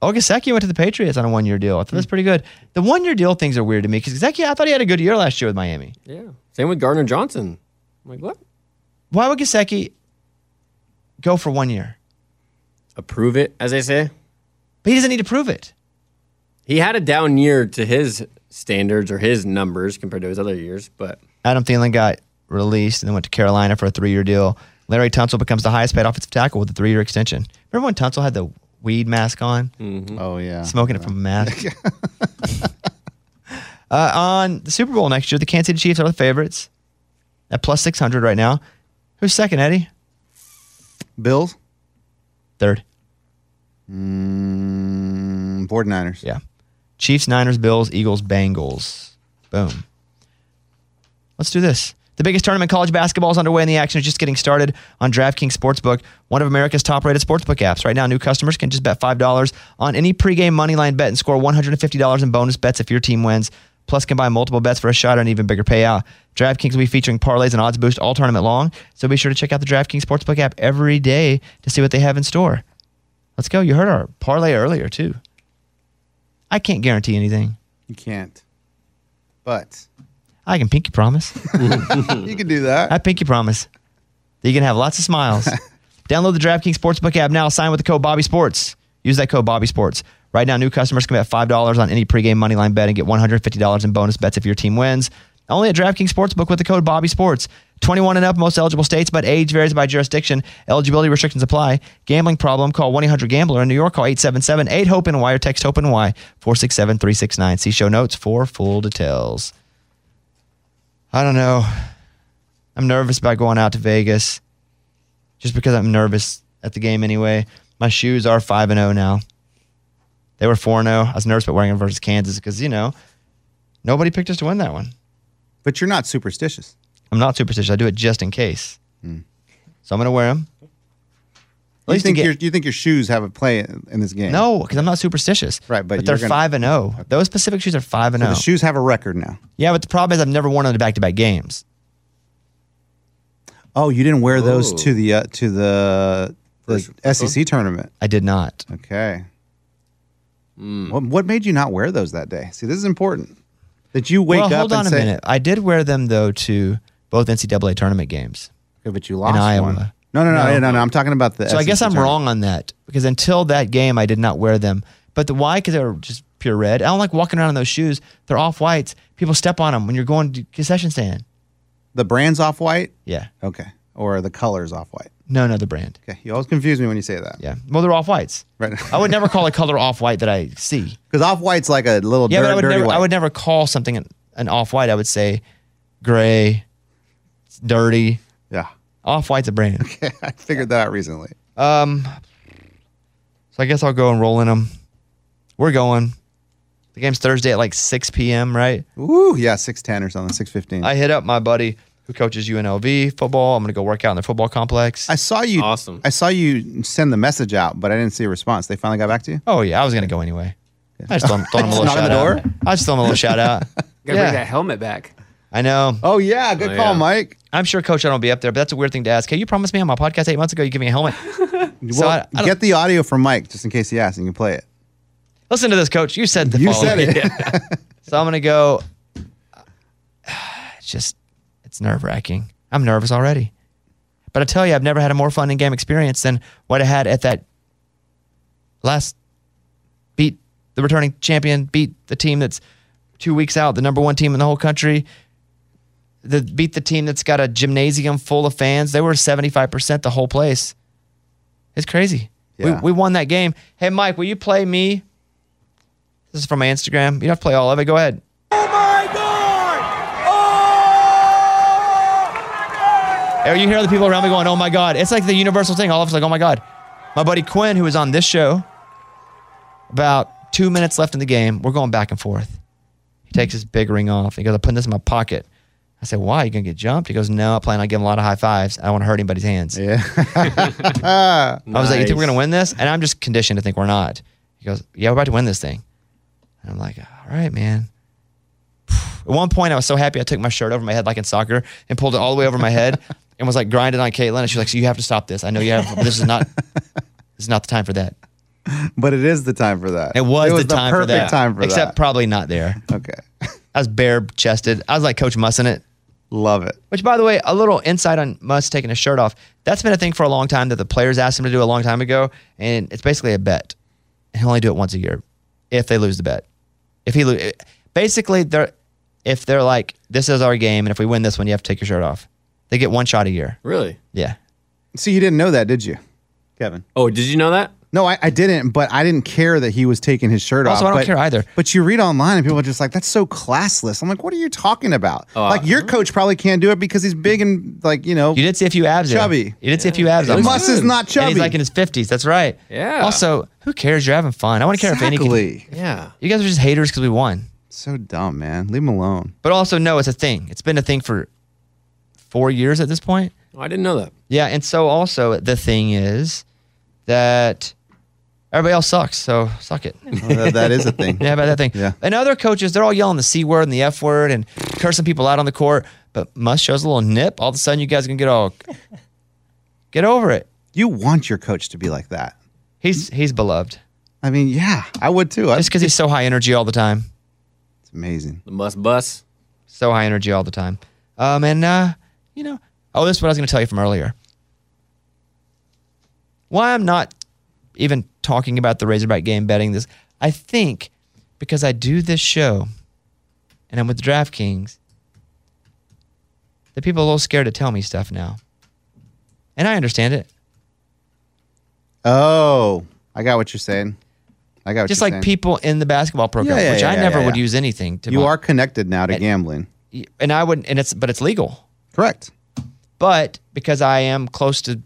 Speaker 5: Oh, Gasecki went to the Patriots on a one year deal. I thought
Speaker 6: Hmm.
Speaker 5: that's pretty good. The one year deal things are weird to me because Gasecki, I thought he had a good year last year with Miami.
Speaker 7: Yeah. Same with Gardner Johnson. I'm like, what?
Speaker 5: Why would Gasecki go for one year?
Speaker 7: Approve it, as they say.
Speaker 5: But he doesn't need to prove it.
Speaker 7: He had a down year to his standards or his numbers compared to his other years, but
Speaker 5: Adam Thielen got released and then went to Carolina for a three year deal. Larry Tunsil becomes the highest paid offensive tackle with a three year extension. Remember when Tunsil had the weed mask on?
Speaker 6: Oh yeah.
Speaker 5: Smoking it from a mask. uh, on the Super Bowl next year, the Kansas City Chiefs are the favorites. at plus 600 right now. Who's second, Eddie?
Speaker 6: Bills.
Speaker 5: Third.
Speaker 6: Mm, board Niners.
Speaker 5: Yeah. Chiefs, Niners, Bills, Eagles, Bengals. Boom. Let's do this. The biggest tournament in college basketball is underway, and the action is just getting started on DraftKings Sportsbook, one of America's top-rated sportsbook apps. Right now, new customers can just bet five dollars on any pregame money line bet and score one hundred and fifty dollars in bonus bets if your team wins. Plus, combine multiple bets for a shot at an even bigger payout. DraftKings will be featuring parlays and odds boost all tournament long, so be sure to check out the DraftKings Sportsbook app every day to see what they have in store. Let's go. You heard our parlay earlier too. I can't guarantee anything.
Speaker 6: You can't. But
Speaker 5: I can pinky promise.
Speaker 6: you can do that.
Speaker 5: I pinky promise that you can have lots of smiles. Download the DraftKings Sportsbook app now. Sign with the code Bobby Sports. Use that code Bobby Sports. Right now, new customers can bet five dollars on any pregame moneyline bet and get one hundred fifty dollars in bonus bets if your team wins. Only at DraftKings Sportsbook with the code Bobby Sports. Twenty-one and up, most eligible states, but age varies by jurisdiction. Eligibility restrictions apply. Gambling problem? Call one eight hundred Gambler. In New York, call 877-8-HOPE-NY or text HOPE NY four six seven three six nine. See show notes for full details. I don't know. I'm nervous about going out to Vegas just because I'm nervous at the game anyway. My shoes are 5 and 0 now. They were 4 and 0. I was nervous about wearing them versus Kansas because, you know, nobody picked us to win that one.
Speaker 6: But you're not superstitious.
Speaker 5: I'm not superstitious. I do it just in case. So I'm going to wear them. At
Speaker 6: you
Speaker 5: least to
Speaker 6: Hmm. think
Speaker 5: get-
Speaker 6: your you think your shoes have a play in, in this game?
Speaker 5: No, because I'm not superstitious. Right,
Speaker 6: but
Speaker 5: but they're
Speaker 6: you're gonna-
Speaker 5: 5 and 0. Those specific shoes are 5 and
Speaker 6: So
Speaker 5: 0.
Speaker 6: the shoes have a record now.
Speaker 5: yeah, but the problem is I've never worn them to back to back games.
Speaker 6: Oh, you didn't wear those
Speaker 5: Oh.
Speaker 6: to the uh, to the, the
Speaker 5: E
Speaker 6: SEC tournament.
Speaker 5: I did not.
Speaker 6: Okay. What, what made you not wear those that day? See, this is important. That you wake
Speaker 5: well,
Speaker 6: up
Speaker 5: hold on
Speaker 6: and
Speaker 5: a
Speaker 6: say,
Speaker 5: minute. I did wear them though to both NCAA tournament games.
Speaker 6: Okay, but you lost
Speaker 5: in Iowa.
Speaker 6: one. No, no, no,
Speaker 5: No.
Speaker 6: no, no, I'm talking about the.
Speaker 5: so I guess
Speaker 6: SEC
Speaker 5: I'm
Speaker 6: tournament.
Speaker 5: wrong on that because until that game, I did not wear them. But the why? Because they were just pure red. I don't like walking around in those shoes. They're off whites. People step on them when you're going to concession stand.
Speaker 6: The brand's off white.
Speaker 5: Yeah.
Speaker 6: Okay. Or the color's off white.
Speaker 5: No, no, the brand.
Speaker 6: Okay. You always confuse me when you say that.
Speaker 5: Yeah. Well, they're off whites.
Speaker 6: Right.
Speaker 5: I would never call a color off white that I see.
Speaker 6: Because off white's like a little
Speaker 5: yeah,
Speaker 6: dirt,
Speaker 5: but I would
Speaker 6: dirty
Speaker 5: never.
Speaker 6: white.
Speaker 5: I would never call something an, an off white. I would say gray, it's dirty.
Speaker 6: Yeah.
Speaker 5: Off white's a brand.
Speaker 6: Okay. I figured that out recently.
Speaker 5: Um. So I guess I'll go and roll in them. We're going. The game's Thursday at like 6 p.m. Right?
Speaker 6: Ooh, yeah, 610 or something, 615.
Speaker 5: I hit up my buddy who coaches UNLV football. I'm gonna go work out in their football complex.
Speaker 6: I saw you. Awesome. I saw you send the message out, but I didn't see a response. They finally got back to you.
Speaker 5: Oh yeah, I was gonna go anyway. I just throw him, throw him a
Speaker 6: Just
Speaker 5: little
Speaker 6: knock
Speaker 5: shout
Speaker 6: on the
Speaker 5: out. I just throw him a little shout out.
Speaker 8: Gotta
Speaker 5: Yeah.
Speaker 8: bring that helmet back.
Speaker 5: I know.
Speaker 6: Oh yeah, good
Speaker 8: Oh, call, yeah.
Speaker 6: Mike.
Speaker 5: I'm sure Coach I don't be up there, but that's a weird thing to ask. Hey, you promised me on my podcast eight months ago you give me a helmet. So
Speaker 6: well,
Speaker 5: I- I don't-
Speaker 6: get the audio from Mike just in case he asks, and you can play it.
Speaker 5: Listen to this, Coach. You said the
Speaker 6: You
Speaker 5: following.
Speaker 6: said it.
Speaker 5: so I'm gonna go. It's just, it's nerve wracking. I'm nervous already. But I tell you, I've never had a more fun in-game experience than what I had at that last beat the returning champion, beat the team that's two weeks out, the number one team in the whole country, the beat the team that's got a gymnasium full of fans. They were 75% the whole place. It's crazy.
Speaker 6: Yeah.
Speaker 5: We, we won that game. Hey, Mike, will you play me? This is from my Instagram. You don't have to play all of it. Go ahead. Or you hear the people around me going, oh my God. It's like the universal thing. All of us like, oh my God. My buddy Quinn, who was on this show, about two minutes left in the game. We're going back and forth. He takes his big ring off. He goes, I'm putting this in my pocket. I said, why? you going to get jumped? He goes, no, I plan on giving a lot of high fives. I don't want to hurt anybody's hands.
Speaker 6: Yeah.
Speaker 5: I was like, you think we're going
Speaker 6: Nice.
Speaker 5: to win this? And I'm just conditioned to think we're not. He goes, yeah, we're about to win this thing. And I'm like, all right, man. At one point, I was so happy I took my shirt over my head, like in soccer, and pulled it all the way over my head and was like grinding on Caitlin. And she's like, so you have to stop this. I know you have, this is not, this is not the time for that.
Speaker 6: But it is the time for that.
Speaker 5: It was,
Speaker 6: the,
Speaker 5: the time
Speaker 6: perfect
Speaker 5: for that.
Speaker 6: time for
Speaker 5: Except
Speaker 6: that.
Speaker 5: probably not there.
Speaker 6: Okay.
Speaker 5: I was bare chested. I was like Coach Muss in it.
Speaker 6: Love it.
Speaker 5: Which, by the way, a little insight on Muss taking his shirt off. That's been a thing for a long time that the players asked him to do a long time ago, and it's basically a bet. He'll only do it once a year if they lose the bet. If he lo- basically they're if they're like this is our game, and if we win this one, you have to take your shirt off. They get one shot a year.
Speaker 7: Really?
Speaker 5: Yeah.
Speaker 6: See, you didn't know that, did you, Kevin?
Speaker 7: Oh, did you know that?
Speaker 6: No, I, I didn't, but I didn't care that he was taking his shirt
Speaker 5: Also,
Speaker 6: off.
Speaker 5: I don't
Speaker 6: but-
Speaker 5: care either.
Speaker 6: But you read online and people are just like, that's so classless. I'm like, what are you talking about?
Speaker 5: Oh,
Speaker 6: like, your coach probably can't do it because he's big and, like, you know.
Speaker 5: You did see a few abs. there.
Speaker 6: Chubby.
Speaker 5: You did see a few abs.
Speaker 6: He
Speaker 5: on
Speaker 6: looks
Speaker 5: mine.
Speaker 6: good. not
Speaker 5: And
Speaker 6: chubby.
Speaker 5: he's like in his fifties. That's right.
Speaker 6: Yeah.
Speaker 5: Also, who cares? You're having fun. I want to care if any.
Speaker 6: Exactly.
Speaker 5: Can, yeah. You guys are just haters because we won.
Speaker 6: So dumb, man. Leave him alone.
Speaker 5: But also, no, it's a thing. It's been a thing for four years at this point.
Speaker 7: Oh, I didn't know that.
Speaker 5: Yeah, and so also the thing is that everybody else sucks, so suck it.
Speaker 6: that- that is a thing.
Speaker 5: yeah, about that thing. Yeah. And other coaches, they're all yelling the c word and the f word and cursing people out on the court. But Must shows a little nip. All of a sudden, you guys can get all get over it.
Speaker 6: You want your coach to be like that.
Speaker 5: He's he's beloved.
Speaker 6: I mean, yeah, I would too.
Speaker 5: Just because he's so high energy all the time.
Speaker 6: It's amazing.
Speaker 7: The must bus.
Speaker 5: So high energy all the time. Um, and uh, you know, oh, this is what I was going to tell you from earlier. Why I'm not even talking about the Razorback game betting this, I think because I do this show and I'm with DraftKings, that people are a little scared to tell me stuff now. And I understand it.
Speaker 6: Oh, I got what you're saying. I got what
Speaker 5: Just
Speaker 6: you're
Speaker 5: like
Speaker 6: saying.
Speaker 5: people in the basketball program,
Speaker 6: Yeah, yeah,
Speaker 5: which
Speaker 6: yeah,
Speaker 5: I
Speaker 6: yeah,
Speaker 5: never
Speaker 6: yeah,
Speaker 5: would
Speaker 6: yeah.
Speaker 5: use anything to
Speaker 6: You
Speaker 5: my-
Speaker 6: are connected now to
Speaker 5: And-
Speaker 6: gambling.
Speaker 5: and I wouldn't, and it's but it's legal.
Speaker 6: Correct.
Speaker 5: But because I am close to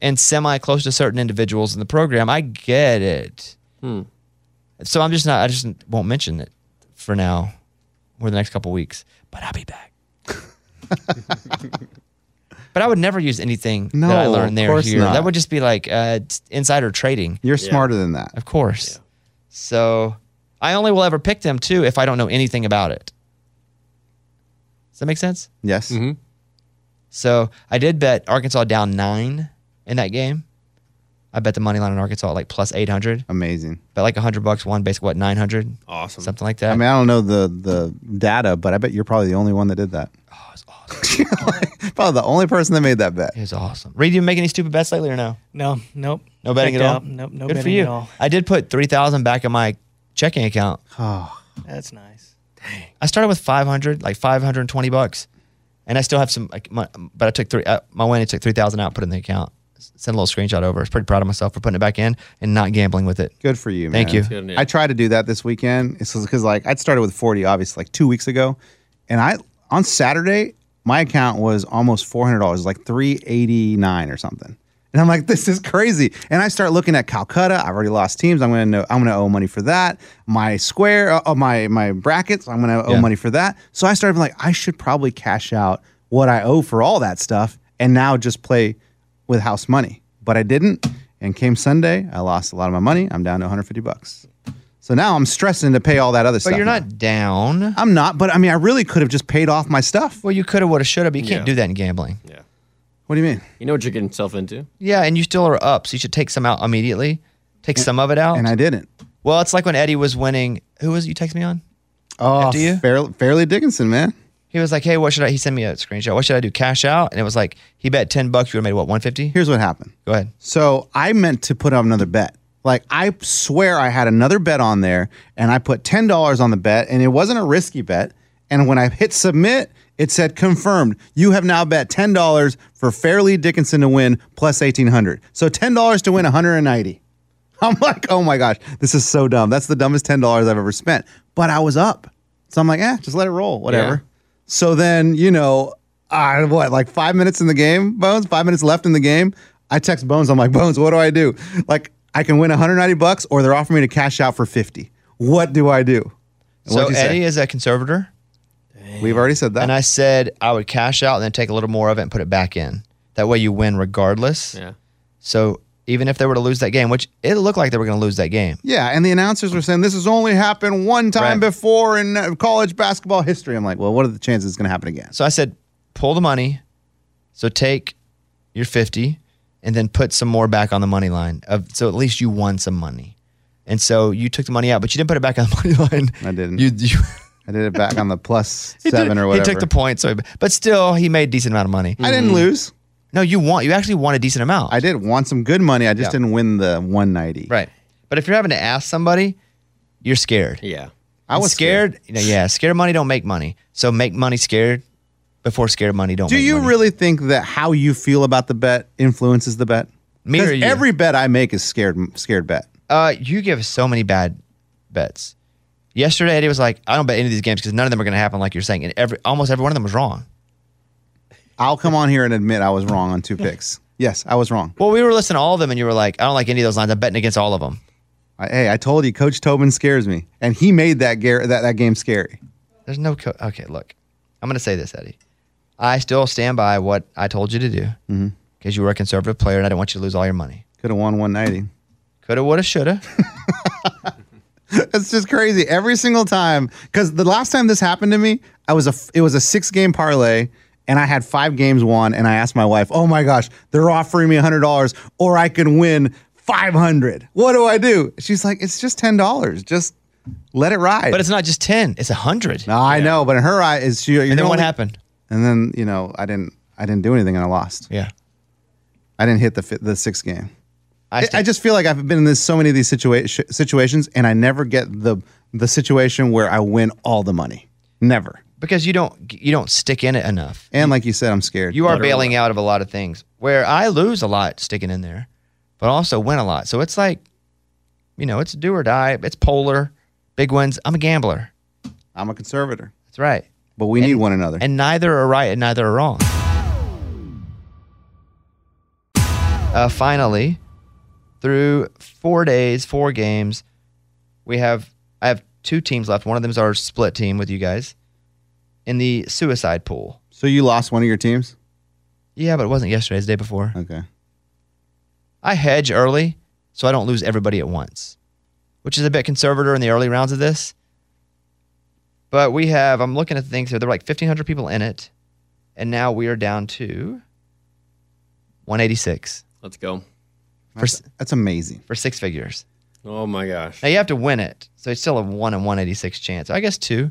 Speaker 5: and semi close to certain individuals in the program, I get it.
Speaker 7: Hmm.
Speaker 5: So I'm just not. I just won't mention it for now, or the next couple weeks. But I'll be back. but I would never use anything
Speaker 6: No,
Speaker 5: that I learned there
Speaker 6: of course
Speaker 5: here.
Speaker 6: not.
Speaker 5: That would just be like uh, it's insider trading.
Speaker 6: You're smarter than that.
Speaker 5: Of course. So I only will ever pick them too if I don't know anything about it. Does that make sense?
Speaker 6: Yes.
Speaker 7: Mm-hmm.
Speaker 5: So I did bet Arkansas down nine in that game. I bet the money line on Arkansas at like plus 800.
Speaker 6: Amazing.
Speaker 5: Bet like 100 bucks, won basically what, 900? Awesome. Something like that.
Speaker 6: I mean, I don't know the the data, but I bet you're probably the only one that did that. Oh, it's awesome. probably the only person that made that bet. It
Speaker 5: was awesome. Reed, you make any stupid bets lately or no?
Speaker 13: No, nope.
Speaker 5: No betting
Speaker 13: Checked
Speaker 5: at all?
Speaker 13: out. Nope, no
Speaker 5: Good for
Speaker 13: betting
Speaker 5: you.
Speaker 13: at all.
Speaker 5: I did put 3000 back in my checking account.
Speaker 6: Oh.
Speaker 13: That's nice.
Speaker 5: I started with 500, like 520 bucks. And I still have some, like, my, but I took three, uh, my win, I took 3,000 out, put it in the account. S- Send a little screenshot over. I was pretty proud of myself for putting it back in and not gambling with it.
Speaker 6: Good for you, man.
Speaker 5: Thank you.
Speaker 6: I tried to do that this weekend. It's because like I started with 40, obviously, like two weeks ago, and I on Saturday my account was almost 400 dollars, like 389 or something. And I'm like, this is crazy. And I start looking at Calcutta. I've already lost teams. I'm gonna know, I'm gonna owe money for that. My square, uh, uh, my my brackets. I'm gonna owe
Speaker 5: Yeah.
Speaker 6: money for that. So I started like, I should probably cash out what I owe for all that stuff, and now just play with house money. But I didn't. And came Sunday, I lost a lot of my money. I'm down to 150 bucks. So now I'm stressing to pay all that other
Speaker 5: But
Speaker 6: stuff.
Speaker 5: you're not down.
Speaker 6: I'm not, but I mean, I really could have just paid off my stuff.
Speaker 5: Well, you could have, would have, should have, but you can't
Speaker 7: Yeah.
Speaker 5: do that in gambling.
Speaker 6: What do you mean?
Speaker 7: You know what you're getting yourself into.
Speaker 5: Yeah, and you still are up, so you should take some out immediately. Take some of it out. And I
Speaker 6: didn't.
Speaker 5: Well, it's like when Eddie was winning. Who was it you text me on?
Speaker 6: Oh,
Speaker 5: After you?
Speaker 6: Fairly, Fairly Dickinson, man.
Speaker 5: He was like, "Hey, what should I?" He sent me a screenshot. What should I do? Cash out? And it was like he bet ten bucks. You would have made what one fifty?
Speaker 6: Here's what happened.
Speaker 5: Go ahead.
Speaker 6: So I meant to put up another bet. Like I swear I had another bet on there and I put $10 on the bet and it wasn't a risky bet. And when I hit submit, it said confirmed. You have now bet $10 for Fairleigh Dickinson to win plus 1800. So $10 to win 190. I'm like, "Oh my gosh, this is so dumb. That's the dumbest $10 I've ever spent." But I was up. So I'm like, "Eh, just let it roll, whatever." So then, you know, I what like five minutes in the game, Bones. Five minutes left in the game. I text Bones. I'm like, Bones, what do I do? Like, I can win 190 bucks, or they're offering me to cash out for 50. What do I do? And
Speaker 5: So
Speaker 6: what'd you say?
Speaker 5: Eddie is a conservator.
Speaker 6: We've already said that.
Speaker 5: And I said I would cash out and then take a little more of it and put it back in. That way you win regardless.
Speaker 7: Yeah.
Speaker 5: So even if they were to lose that game, which it looked like they were going to lose that game,
Speaker 6: yeah, and the announcers were saying this has only happened one time before in uh, college basketball history. I'm like, well, what are the chances it's going to happen again?
Speaker 5: So I said, pull the money. So take your 50 and then put some more back on the money line. Of, so at least you won some money. And so you took the money out, but you didn't put it back on the money line.
Speaker 6: I didn't.
Speaker 5: You, you
Speaker 6: I did it back on the plus
Speaker 5: He did-
Speaker 6: seven or whatever.
Speaker 5: He took the Mm-hmm. point. So, but still, he made a decent amount of money.
Speaker 6: I didn't lose.
Speaker 5: No, you want you actually won a decent amount.
Speaker 6: I did want some good money. I just
Speaker 5: Yeah.
Speaker 6: didn't win the 190.
Speaker 5: Right. But if you're having to ask somebody, you're scared.
Speaker 7: Yeah.
Speaker 5: I was scared. You know, yeah, scared money don't make money. So make money scared before scared money don't
Speaker 6: Do
Speaker 5: make
Speaker 6: you
Speaker 5: money.
Speaker 6: really think that how you feel about the bet influences the bet?
Speaker 5: Me or
Speaker 6: 'Cause
Speaker 5: you?
Speaker 6: Every bet I make is scared scared bet.
Speaker 5: Uh, you give us so many bad bets. Yesterday, Eddie was like, "I don't bet any of these games because none of them are going to happen." Like you're saying, and every almost every one of them was wrong.
Speaker 6: I'll come on here and admit I was wrong on two picks. Yes, I was wrong.
Speaker 5: Well, we were listening to all of them, and you were like, "I don't like any of those lines. I'm betting against all of them."
Speaker 6: I, hey, I told you, Coach Tobin scares me, and he made that gar- that that game scary.
Speaker 5: There's no co- okay. Look, I'm going to say this, Eddie. I still stand by what I told you to do because
Speaker 6: Mm-hmm.
Speaker 5: you were a conservative player, and I didn't want you to lose all your money.
Speaker 6: Could have won 190.
Speaker 5: Coulda, woulda, shoulda.
Speaker 6: It's just crazy every single time. Because the last time this happened to me, I was a f- it was a six game parlay, and I had five games won. And I asked my wife, "Oh my gosh, they're offering me hundred dollars, or I can win five hundred. What do I do?" She's like, "It's just ten dollars. Just let it ride."
Speaker 5: But it's not just ten; it's a hundred.
Speaker 6: No, I know. But in her eye, is she?
Speaker 5: And then what happened?
Speaker 6: And then you know, I didn't I didn't do anything, and I lost.
Speaker 5: Yeah,
Speaker 6: I didn't hit the fi- the sixth game.
Speaker 5: I,
Speaker 6: I just feel like I've been in this so many of these situa- sh- situations, and I never get the the situation where I win all the money. Never.
Speaker 5: because you don't you don't stick in it enough.
Speaker 6: And like you said, I'm scared.
Speaker 5: You are bailing out of a lot of things where I lose a lot sticking in there, but also win a lot. So it's like, you know, it's do or die. It's polar, big wins. I'm a gambler.
Speaker 6: I'm a conservator.
Speaker 5: That's right.
Speaker 6: But we need one another.
Speaker 5: And neither are right and neither are wrong. Uh, finally, through four days, four games, we have I have two teams left. One of them is our split team with you guys in the suicide pool.
Speaker 6: So you lost one of your teams?
Speaker 5: Yeah, but it wasn't yesterday. It's the day before.
Speaker 6: Okay.
Speaker 5: I hedge early so I don't lose everybody at once, which is a bit conservative in the early rounds of this. But we have, I'm looking at things here. There were like 1,500 people in it. And now we are down to 186
Speaker 7: Let's go.
Speaker 6: That's, that's amazing.
Speaker 5: for six figures.
Speaker 7: Oh my gosh.
Speaker 5: Now you have to win it. So it's still a 1 in 186 chance. I guess two.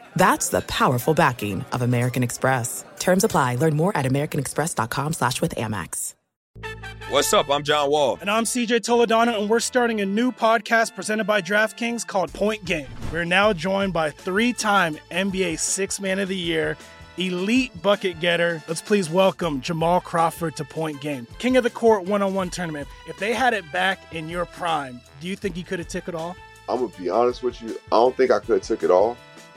Speaker 1: That's the powerful backing of American Express. Terms apply. Learn more at americanexpress.com slash with Amex.
Speaker 9: What's up? I'm John Wall.
Speaker 10: And I'm CJ Toledano, and we're starting a new podcast presented by DraftKings called Point Game. We're now joined by three time NBA Six Man of the Year, elite bucket getter. Let's please welcome Jamal Crawford to Point Game, King of the Court one on one tournament. If they had it back in your prime, do you think he could have took it all?
Speaker 11: I'm gonna be honest with you. I don't think I could have took it all,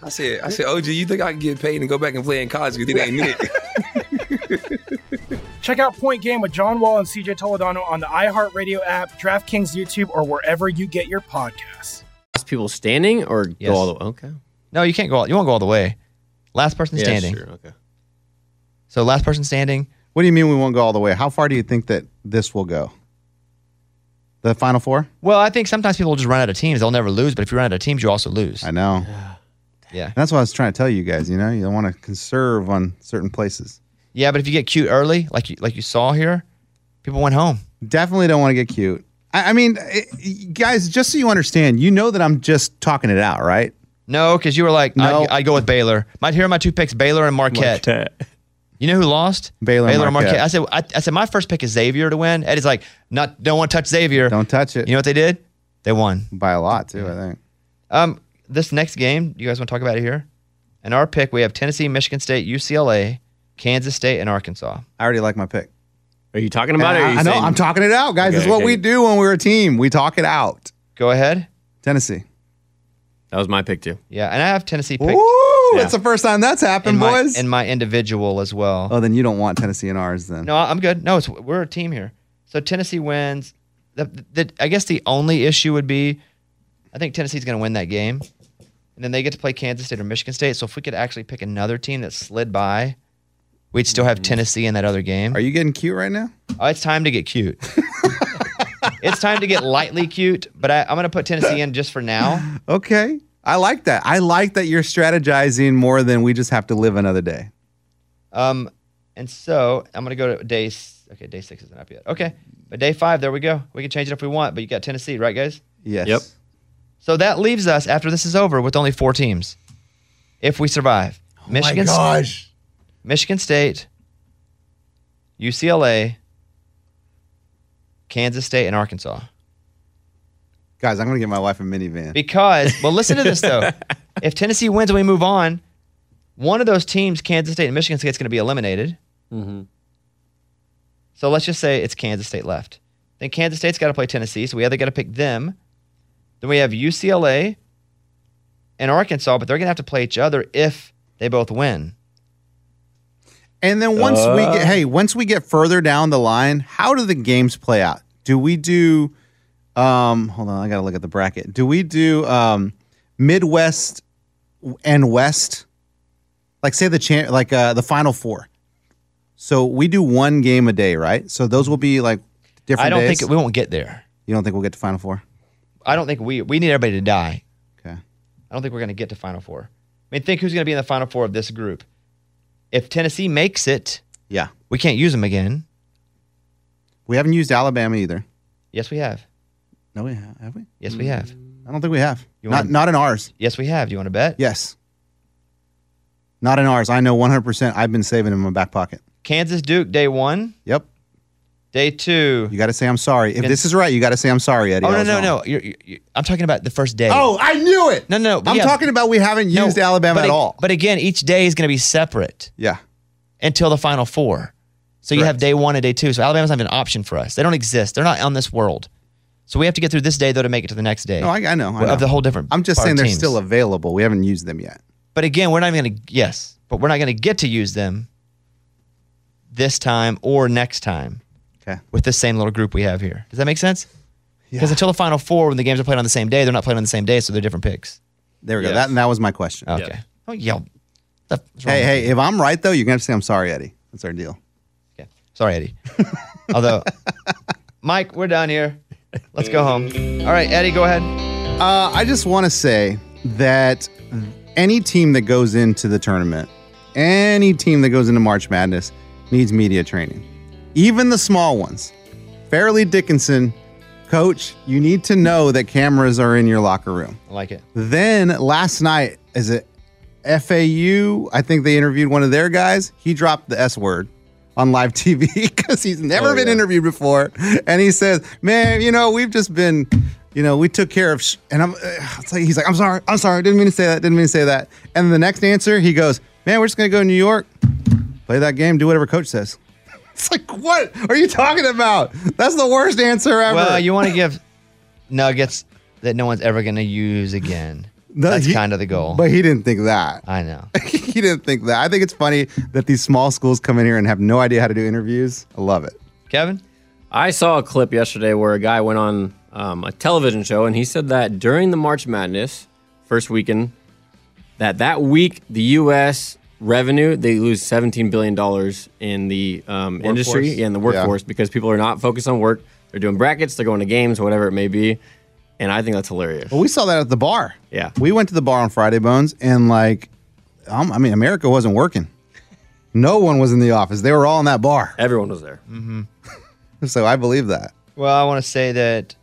Speaker 9: I said, I said, OG, you think I can get paid and go back and play in college because it ain't it?
Speaker 10: Check out Point Game with John Wall and CJ Toledano on the iHeartRadio app, DraftKings YouTube, or wherever you get your podcasts.
Speaker 7: people standing or
Speaker 5: Yes.
Speaker 7: go all the way? Okay.
Speaker 5: No, you can't go all, you won't go all the way. Last person
Speaker 7: Yeah,
Speaker 5: standing.
Speaker 7: sure, Okay.
Speaker 5: So last person standing.
Speaker 6: What do you mean we won't go all the way? How far do you think that this will go? The final four?
Speaker 5: Well, I think sometimes people just run out of teams. They'll never lose, but if you run out of teams, you also lose.
Speaker 6: I know.
Speaker 5: Yeah.
Speaker 6: That's what I was trying to tell you guys. You know, you want to conserve on certain places.
Speaker 5: Yeah, but if you get cute early, like you like you saw here, people went home.
Speaker 6: Definitely don't want to get cute. I, I mean, it, you guys, just so you understand, you know that I'm just talking it out, right?
Speaker 5: No, because you were like,
Speaker 6: No.
Speaker 5: I'd, I'd go with Baylor. Might here are my two picks: Baylor and Marquette. You know who lost?
Speaker 6: Baylor, and
Speaker 5: and Marquette.
Speaker 6: Marquette.
Speaker 5: I said, I, I said my first pick is Xavier to win. Eddie's like, not don't want to touch Xavier.
Speaker 6: Don't touch it.
Speaker 5: You know what they did? They won
Speaker 6: By a lot, too, I think.
Speaker 5: Um, this next game, you guys want to talk about it here? And our pick, we have Tennessee, Michigan State, UCLA, Kansas State, and Arkansas.
Speaker 6: I already like my pick.
Speaker 7: Are you talking about it? or are you
Speaker 6: Uh, I know.
Speaker 7: saying-
Speaker 6: I'm talking it out, guys.
Speaker 7: Okay,
Speaker 6: this is what
Speaker 7: okay.
Speaker 6: we do when we're a team. We talk it out.
Speaker 5: Go ahead.
Speaker 6: Tennessee.
Speaker 7: That was my pick too.
Speaker 5: Yeah, and I have Tennessee picked.
Speaker 6: Ooh,
Speaker 5: Yeah.
Speaker 6: that's the first time that's happened,
Speaker 5: in my,
Speaker 6: boys.
Speaker 5: in my individual as well.
Speaker 6: oh, then you don't want Tennessee in ours, then.
Speaker 5: No, I'm good. No, it's we're a team here. So Tennessee wins. The, the, I guess the only issue would be, I think Tennessee's going to win that game, and then they get to play Kansas State or Michigan State. So if we could actually pick another team that slid by, we'd still have Tennessee in that other game. Are
Speaker 6: you getting cute right now?
Speaker 5: Oh, it's time to get cute. it's time to get lightly cute, but I, I'm going to put Tennessee in just for now.
Speaker 6: Okay. I like that. I like that you're strategizing more than we just have to live another day.
Speaker 5: Um, and so I'm going to go to day. s- Okay, day six isn't up yet. Okay, but day five, there we go. We can change it if we want. But you got Tennessee, right, guys?
Speaker 6: Yes.
Speaker 5: Yep. So that leaves us after this is over with only four teams, if we survive. Michigan S-
Speaker 6: gosh.
Speaker 5: Michigan State, UCLA, Kansas State, and Arkansas.
Speaker 6: Guys, I'm going to get my wife a minivan.
Speaker 5: Because, well, listen to this though. if Tennessee wins and we move on, one of those teams, Kansas State and Michigan State, is going to be eliminated.
Speaker 7: Mm-hmm.
Speaker 5: So let's just say it's Kansas State left. Then Kansas State's got to play Tennessee, so we either got to pick them. Then we have UCLA and Arkansas, but they're going to have to play each other if they both win.
Speaker 6: And then once we
Speaker 5: Uh.
Speaker 6: get, hey, once we get further down the line, how do the games play out? Do we do, um, hold on, I got to look at the bracket. Do we do um, Midwest and West? Like say the champ, like uh, the final four. So we do one game a day, right? So those will be like different.
Speaker 5: I don't
Speaker 6: days?
Speaker 5: think we won't get there.
Speaker 6: You don't think we'll get to final four?
Speaker 5: I don't think we we need everybody to die.
Speaker 6: Okay.
Speaker 5: I don't think we're going to get to Final Four. I mean, think who's going to be in the Final Four of this group. If Tennessee makes it,
Speaker 6: Yeah,
Speaker 5: we can't use them again.
Speaker 6: we haven't used Alabama either.
Speaker 5: Yes, we have.
Speaker 6: No, we have. Have we?
Speaker 5: Yes, we have.
Speaker 6: I don't think we have.
Speaker 5: You
Speaker 6: not
Speaker 5: wanna-
Speaker 6: not in ours.
Speaker 5: Yes, we have. You want to bet?
Speaker 6: Yes. Not in ours. I know 100%. I've been saving in my back pocket.
Speaker 5: Kansas Duke day one.
Speaker 6: Yep.
Speaker 5: Day two.
Speaker 6: You got to say I'm sorry. If
Speaker 5: Can-
Speaker 6: this is right, you got to say I'm sorry, Eddie.
Speaker 5: oh
Speaker 6: I
Speaker 5: no
Speaker 6: was
Speaker 5: no
Speaker 6: wrong.
Speaker 5: no! You're, you're, I'm talking about the first day.
Speaker 6: Oh, I knew it.
Speaker 5: no no!
Speaker 6: I'm
Speaker 5: yeah.
Speaker 6: talking about we haven't
Speaker 5: No,
Speaker 6: used Alabama
Speaker 5: but
Speaker 6: at
Speaker 5: ag-
Speaker 6: all.
Speaker 5: But again, each day is going to be separate
Speaker 6: Yeah.
Speaker 5: until the final four. So you have day one and day two. So Alabama's not even an option for us. They don't exist. They're not on this world. So we have to get through this day though to make it to the next day.
Speaker 6: No, I, I know. I
Speaker 5: Of
Speaker 6: know.
Speaker 5: the whole different.
Speaker 6: I'm just
Speaker 5: part of
Speaker 6: saying they're
Speaker 5: teams.
Speaker 6: still available. We haven't used them yet.
Speaker 5: But again, we're not even going to. Yes, but we're not going to get to use them this time or next time.
Speaker 6: Okay.
Speaker 5: With this same little group we have here. Does that make sense? Because until the final four, when the games are played on the same day, they're not played on the same day, so they're different picks.
Speaker 6: There we go. That, that was my question.
Speaker 5: Okay. Oh, yell.
Speaker 6: Hey, hey, if I'm right, though, you're going to say I'm sorry, Eddie. That's our deal.
Speaker 5: Sorry, Eddie. Although, Mike, we're done here. Let's go home. All right, Eddie, go ahead.
Speaker 6: Uh, I just want to say that any team that goes into the tournament, any team that goes into March Madness, needs media training. Even the small ones. Fairleigh Dickinson, coach, you need to know that cameras are in your locker room.
Speaker 5: I like it.
Speaker 6: Then last night, is it FAU? I think they interviewed one of their guys. He dropped the S word on live TV because he's never
Speaker 5: Oh,
Speaker 6: been interviewed before. And he says, Man, you know, we've just been, you know, we took care of. Sh-. And I'm, uh, it's like, he's like, I'm sorry. I'm sorry. Didn't mean to say that. Didn't mean to say that. And the next answer, he goes, Man, we're just going to go to New York, play that game, do whatever coach says. It's like, what are you talking about? That's the worst answer ever.
Speaker 5: Well, you want to give nuggets that no one's ever going to use again.
Speaker 6: No,
Speaker 5: That's
Speaker 6: he-
Speaker 5: kind of the goal.
Speaker 6: But he didn't think that.
Speaker 5: I know.
Speaker 6: he didn't think that. I think it's funny that these small schools come in here and have no idea how to do interviews. I love it.
Speaker 5: Kevin?
Speaker 7: I saw a clip yesterday where a guy went on um, a television show and he said that during the March Madness first weekend, that that week the U.S. revenue they lose 17 billion dollars in the um, industry
Speaker 16: Workforce.
Speaker 7: yeah, in the workforce because people are not focused on work. They're doing brackets, they're going to games, whatever it may be, and I think that's hilarious.
Speaker 6: Well, we saw that at the bar.
Speaker 7: Yeah.
Speaker 6: We went to the bar on Friday Bones and like, um, I mean, America wasn't working. No one was in the office. They were all in that bar.
Speaker 7: Everyone was there.
Speaker 5: Mm-hmm.
Speaker 6: So I believe that.
Speaker 5: Well, I want to say that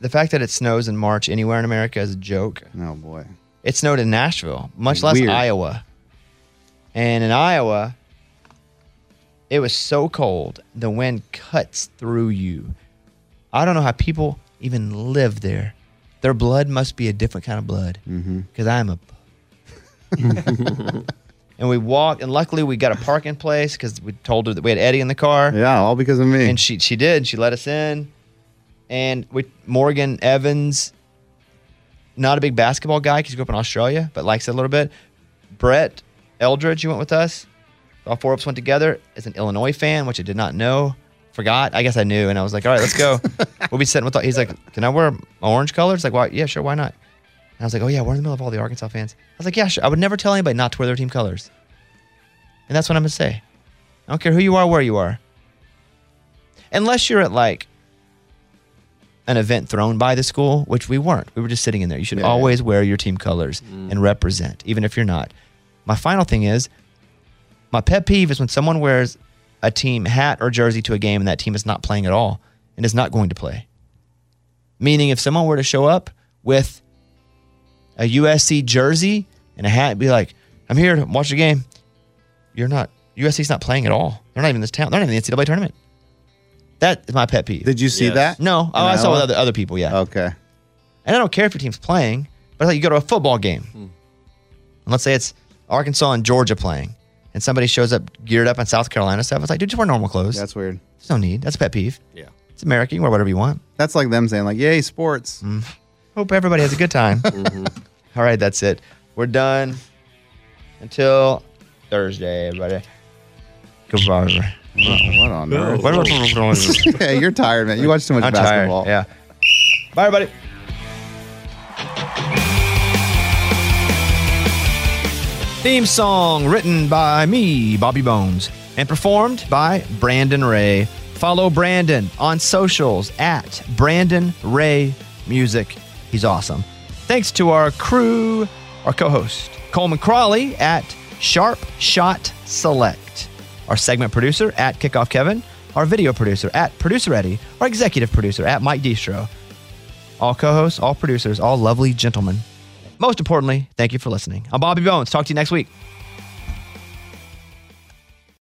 Speaker 5: the fact that it snows in March anywhere in America is a joke.
Speaker 6: Oh boy.
Speaker 5: It snowed in Nashville, much less
Speaker 6: Weird.
Speaker 5: Iowa. And in Iowa, it was so cold, the wind cuts through you. I don't know how people even live there. Their blood must be a different kind of blood. Because I'm a and we walked, and luckily we got a parking place because we told her that we had Eddie in the car.
Speaker 6: Yeah, all because of me.
Speaker 5: And she she did. She let us in, and we Morgan Evans, not a big basketball guy because he grew up in Australia, but likes it a little bit. Brett Eldridge, you went with us. All four of us went together. Is an Illinois fan, which I did not know. Forgot. I guess I knew, and I was like, "All right, let's go." we'll be sitting with. All, he's like, "Can I wear my orange color?" It's like, "Why? Yeah, sure. Why not?" And I was like, "Oh yeah, we're in the middle of all the Arkansas fans." I was like, "Yeah, sure. I would never tell anybody not to wear their team colors." And that's what I'm gonna say. I don't care who you are, where you are. Unless you're at like an event thrown by the school, which we weren't. We were just sitting in there. You should
Speaker 16: Yeah. Mm.
Speaker 5: always wear your team colors and represent, even if you're not. My final thing is my pet peeve is when someone wears a team hat or jersey to a game and that team is not playing at all and is not going to play. Meaning, if someone were to show up with a USC jersey and a hat, be like, I'm here to watch the game. You're not, USC's not playing at all. They're not even in this town. They're not even in the NCAA tournament. That is my pet peeve. Did
Speaker 6: you see Yes. that?
Speaker 5: No. Oh,
Speaker 6: In
Speaker 5: I saw
Speaker 6: Iowa? Oh.
Speaker 5: with other, other people, yeah.
Speaker 6: Okay.
Speaker 5: And I don't care if your team's playing, but like you go to a football game.
Speaker 6: Hmm.
Speaker 5: And let's say it's Arkansas and Georgia playing, and somebody shows up geared up in South Carolina stuff. It's like, dude, just wear normal clothes.
Speaker 6: That's weird.
Speaker 5: There's no need. That's a pet peeve.
Speaker 7: Yeah.
Speaker 5: It's America. You can wear whatever you want.
Speaker 6: That's like them saying, like, yay, sports.
Speaker 5: Mm. Hope everybody has a good time.
Speaker 6: Mm-hmm.
Speaker 5: All right, that's it. We're done until Thursday, everybody. Goodbye.
Speaker 6: Oh, What on earth?
Speaker 5: What about-
Speaker 6: yeah, you're tired, man. You watch too much
Speaker 5: I'm tired,
Speaker 6: basketball.
Speaker 5: yeah. Bye, everybody. Theme song written by me, Bobby Bones, and performed by Brandon Ray. Follow Brandon on socials at Brandon Ray Music. He's awesome. Thanks to our crew, our co host, Coleman Crawley at Sharp Shot Select, our segment producer at Kickoff Kevin, our video producer at Producer Eddie, our executive producer at Mike Distro. All co hosts, all producers, all lovely gentlemen. Most importantly, thank you for listening. I'm Bobby Bones. Talk to you next week.